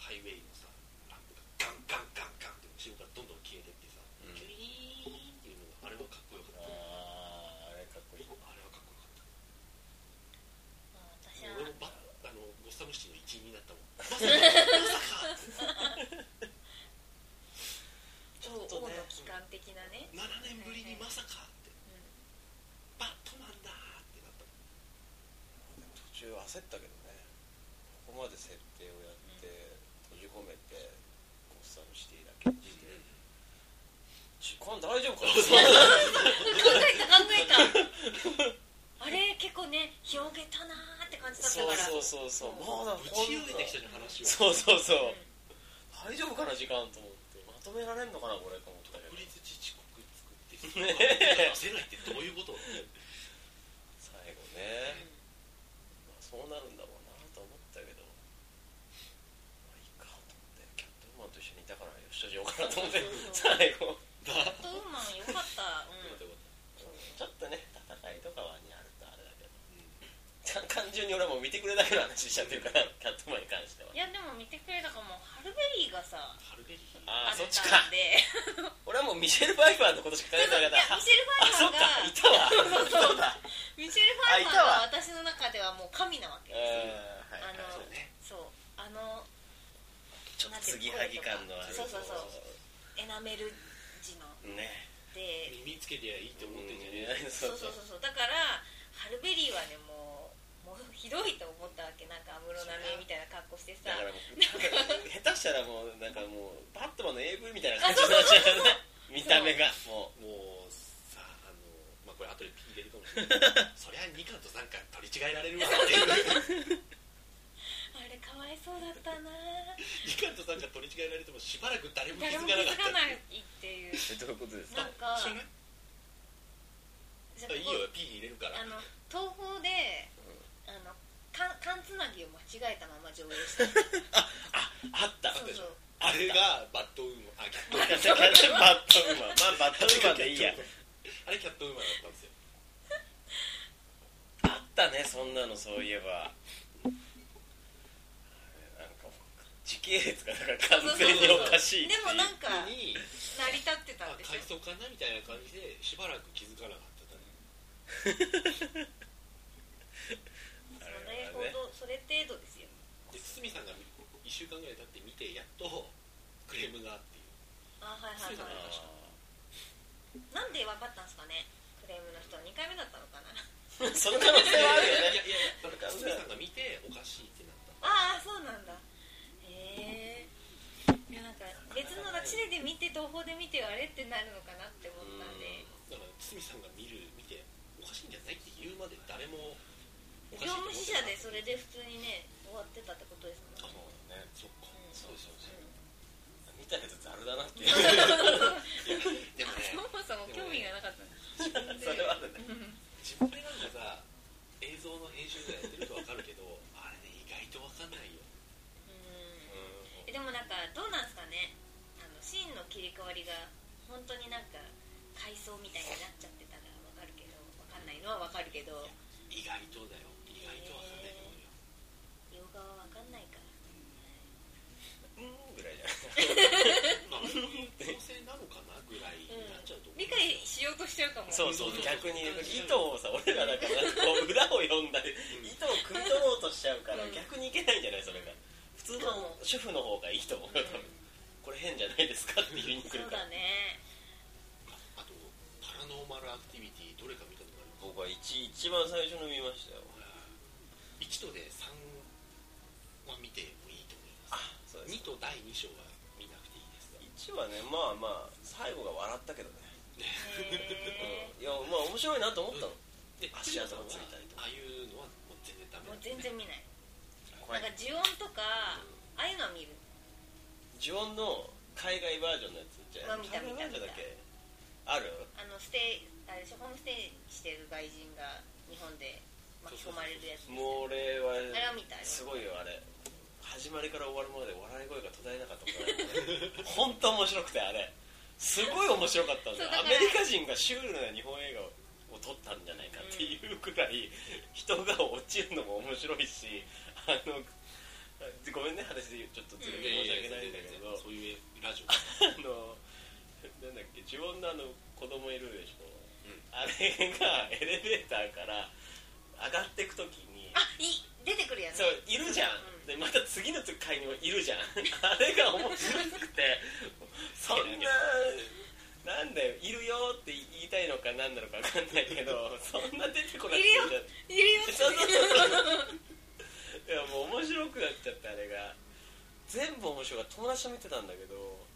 Speaker 2: ハイウェイのさランプがガンガンガンガンって後ろからどんどん消えてってさ、
Speaker 3: ん
Speaker 2: キュリーンっていうのがあれはかっこよかった、あ
Speaker 3: あーあれかっこいい
Speaker 2: れはかっこよかった
Speaker 1: うん私は
Speaker 2: 俺もバあのゴッサムシティの一員になった もんまさかまさか
Speaker 1: 王
Speaker 3: ょっと
Speaker 1: 王
Speaker 3: ね
Speaker 1: の帰還的なね
Speaker 2: 7年ぶりにまさかって
Speaker 1: う
Speaker 2: バットマンだーってなったもん
Speaker 3: 途中焦ったけどねここまで設定をやって閉じ込めてゴッサムシティだけにして時間大丈夫か
Speaker 1: ん
Speaker 3: な
Speaker 1: 考えた考えたあれ結構ね広げたなーって感じだったか
Speaker 3: そ
Speaker 1: ら
Speaker 3: うそうそうそうもうなん
Speaker 2: ぶ
Speaker 3: か
Speaker 2: ち上げてきた
Speaker 3: こんな
Speaker 2: じゃん話を
Speaker 3: そうそうそ
Speaker 1: う
Speaker 3: う
Speaker 1: ん
Speaker 3: 大丈夫かな時間と思ってまとめられんのかなこれと思ったけど
Speaker 2: 国立自治国作ってきた
Speaker 3: ね
Speaker 2: 出せないってどういうこと
Speaker 3: 最後
Speaker 1: うん
Speaker 3: ね、まあ、そうなるんだろうなと思ったけどまあいいかと思ってキャットウーマンと一緒にいたからよしとしようかなと思って
Speaker 1: そうそうそう
Speaker 3: 最後
Speaker 2: だ
Speaker 1: キャットウーマン良かった、うん、
Speaker 3: ちょっとね戦いとかはにあるとあれだけど単純に俺はもう見てくれだけの話しちゃってるからキャットウーマンに関してはい
Speaker 1: やでも見てくれたかもハルベリーがさ
Speaker 2: ハルベリー
Speaker 3: ああそ
Speaker 1: れ
Speaker 3: っち
Speaker 1: たん
Speaker 3: か
Speaker 1: で
Speaker 3: 俺はもうミシェル・バイバーのことしか
Speaker 1: い
Speaker 3: 考
Speaker 1: や
Speaker 3: えてなかった
Speaker 1: ミシェル・ファイ
Speaker 3: あそ
Speaker 1: マーが
Speaker 3: っかいたわそうだ
Speaker 1: ミシェル・ファイマーが
Speaker 3: あ
Speaker 1: 私の中ではもう神なわけ
Speaker 3: うん
Speaker 1: で
Speaker 3: は
Speaker 1: あ
Speaker 3: い
Speaker 1: の
Speaker 2: そうね
Speaker 1: すそうあの
Speaker 3: ちょっと継ぎはぎ感のある
Speaker 1: そうそうそうエナメル地の
Speaker 3: ね
Speaker 1: で
Speaker 2: 耳つけりゃいいって思ってんじゃねえ
Speaker 3: うん
Speaker 1: そうそうそうそうだからハルベリーはねもうもうひどいと思ったわけなんか安室奈美恵みたいな格好してさ
Speaker 3: だからもうなんか下手したらもうなんかもうバットマンの AV みたい
Speaker 1: あ
Speaker 3: な感じになっちゃうよね見た目がも
Speaker 2: もうさあのまあこれ後でピー入れるかもしれないけどそりゃ2巻と3巻取り違えられるわっていう
Speaker 1: あれかわいそうだった な
Speaker 2: 2巻と3巻取り違えられてもしばらく誰も気
Speaker 1: 誰
Speaker 2: づ
Speaker 1: も
Speaker 2: か
Speaker 1: 気
Speaker 2: なか
Speaker 1: づ
Speaker 2: った
Speaker 1: かな
Speaker 2: っ
Speaker 1: い
Speaker 2: ていう
Speaker 1: って いう
Speaker 3: うどういうことです
Speaker 1: なんか
Speaker 2: 知らない
Speaker 1: じ
Speaker 2: あ
Speaker 1: ゃあ
Speaker 2: いい
Speaker 1: ここ
Speaker 2: よピー入れるから
Speaker 1: あの東宝で、あのか缶つなぎを間違えたまま上映した
Speaker 3: あった
Speaker 1: そうそう
Speaker 2: あれがバッドウーマンあキャット
Speaker 3: バットウーマンまあバットウーマンでいいや
Speaker 2: あれキャットウーマンだったんですよ
Speaker 3: あったねそんなのそういえばあれなんか時系列がなんか完全におかしいってい
Speaker 1: で
Speaker 3: う
Speaker 1: もなんか成
Speaker 2: に
Speaker 1: り立ってた
Speaker 2: あ
Speaker 1: んです
Speaker 2: 改
Speaker 1: よ
Speaker 2: 装かなみたいな感じでしばらく気づかなかったね
Speaker 1: そ
Speaker 3: あれ
Speaker 1: れ
Speaker 3: は
Speaker 1: ほ
Speaker 3: ね
Speaker 1: どそれ程度ですよ
Speaker 2: で堤さんが1週間ぐらい経って見てやっとクレームがっていう
Speaker 1: あはいはい
Speaker 2: そうだ
Speaker 1: は
Speaker 2: ね
Speaker 1: いなんで分かったんですかねクレームの人2回目だったのかな
Speaker 3: あーその可能性はある
Speaker 2: い
Speaker 3: よね
Speaker 2: やいやいやだから堤さんが見ておかしいってなった
Speaker 1: ああそうなんだへえいやなんか別のが地で見て東宝で見てあれってなるのかなって思ったんで
Speaker 2: だから堤さんが見る見ておかしいんじゃないって言うまで誰もおかしい
Speaker 1: 業
Speaker 2: と思
Speaker 1: 務
Speaker 2: って
Speaker 1: 支社でそれで普通にね終わってたってことです
Speaker 2: あ
Speaker 1: もんね
Speaker 2: もうねそっか
Speaker 1: うん
Speaker 2: そうですよね
Speaker 3: 見たけどざるだなっていう
Speaker 2: でもね
Speaker 1: そもそも興味がなかった
Speaker 2: 自分で
Speaker 3: それはあるね
Speaker 2: 自分でなんかさ映像の編集とかやってるとわかるけどあれね意外とわかんないよ
Speaker 1: うんえでもなんかどうなんすかねあのシーンの切り替わりが本当になんか回想みたいになっちゃってたらわかるけどわかんないのはわかるけど
Speaker 2: 意外とだよ意外とわかんないと思うよ
Speaker 1: 洋画はわかんないから
Speaker 3: うんぐらいじゃない
Speaker 2: まあそういう構成なのかなぐらいになっちゃうと思う、
Speaker 1: 理解しようとしちゃうかも
Speaker 3: そう
Speaker 1: う
Speaker 3: そう逆に糸をさ俺らなんかなんかこう裏を読んだり糸を汲み取ろうとしちゃうから
Speaker 1: うん
Speaker 3: 逆にいけないんじゃないそれが普通の主婦の方がいいと思うよ多分これ変じゃないですかって言いに来
Speaker 1: そ
Speaker 3: る
Speaker 1: う
Speaker 3: から
Speaker 1: だね
Speaker 2: あとパラノーマルアクティビティどれか見たことあるか
Speaker 3: 僕は一一番最初の見ましたよ
Speaker 2: 1とで3は見てもいいと思います2と第2章は見なくていいですね
Speaker 3: 1はねまあまあ最後が笑ったけどね、
Speaker 1: へ
Speaker 3: うん、いやまあ面白いなと思ったの、
Speaker 2: で
Speaker 3: 足跡がついたりと
Speaker 2: ああいうのはもう全然ダ
Speaker 1: ー
Speaker 2: メ
Speaker 1: も
Speaker 2: な
Speaker 1: うん
Speaker 2: です
Speaker 1: 全
Speaker 2: ね
Speaker 1: 然見ない
Speaker 3: こ
Speaker 1: なん
Speaker 3: れ
Speaker 1: か呪音とかああいうのは見る
Speaker 3: ジオンの海外バージョンのやつじゃ
Speaker 1: うわ見た
Speaker 3: 海外バージョンだっけある
Speaker 1: あのステイあれでしょホームステイしてる外人が日本で巻き込まれるやつ
Speaker 3: もう俺は
Speaker 1: あれは見たよ
Speaker 3: すごいよあれ始まりから終わるまで笑い声が途絶えなかったから 本当面白くてあれすごい面白かったん
Speaker 1: そう
Speaker 3: だよ
Speaker 1: だか
Speaker 3: ア
Speaker 1: ら
Speaker 3: メリカ人がシュールな日本映画を撮ったんじゃないかっていうくらい人が落ちるのも面白いしあのごめんね話でちょっとずれて申し訳ないんだけど、
Speaker 2: そういうラジオ
Speaker 3: あのなんだっけ自分のあの子供いるでしょ、あれがエレベーターから上がっていくときに
Speaker 1: あい出てくるやつ
Speaker 3: そういるじゃん、
Speaker 1: うん
Speaker 3: でまた次の回にもいるじゃん あれが面白くてそんななんだよいるよって言いたいのか何なのか分かんないけど そんな出てこなくていいじゃん
Speaker 1: いるよ
Speaker 3: そうそうそういやもう面白くなっちゃってあれが全部面白かった友達と見てたんだけど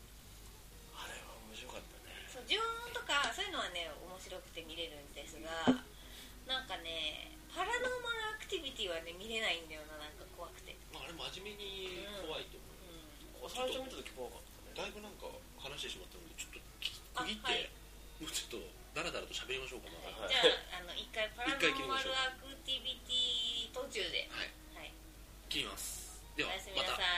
Speaker 3: あれは面白かったね
Speaker 1: そう呪音とかそういうのはね面白くて見れるんですがなんかねパラノーマルアクティビティはね見れないんだよななんか怖くて、
Speaker 2: まああれ真面目に怖いと思う
Speaker 1: うん、
Speaker 3: 最初見た時怖かった
Speaker 2: だ
Speaker 3: ね
Speaker 2: いぶなんか話してしまったのでちょっとき
Speaker 1: あ
Speaker 2: 区切って、
Speaker 1: はい
Speaker 2: もうちょっとダラダラと喋りましょうかな
Speaker 3: はい
Speaker 1: じゃああの一回パラノ
Speaker 2: 一回切り
Speaker 1: ーマ
Speaker 2: ま
Speaker 1: ル
Speaker 2: しょう
Speaker 1: アクティビティ途中で
Speaker 2: はい
Speaker 1: はい
Speaker 2: 切りますで
Speaker 1: お
Speaker 2: は
Speaker 1: やすみ
Speaker 2: ま
Speaker 1: なさ
Speaker 2: た
Speaker 1: い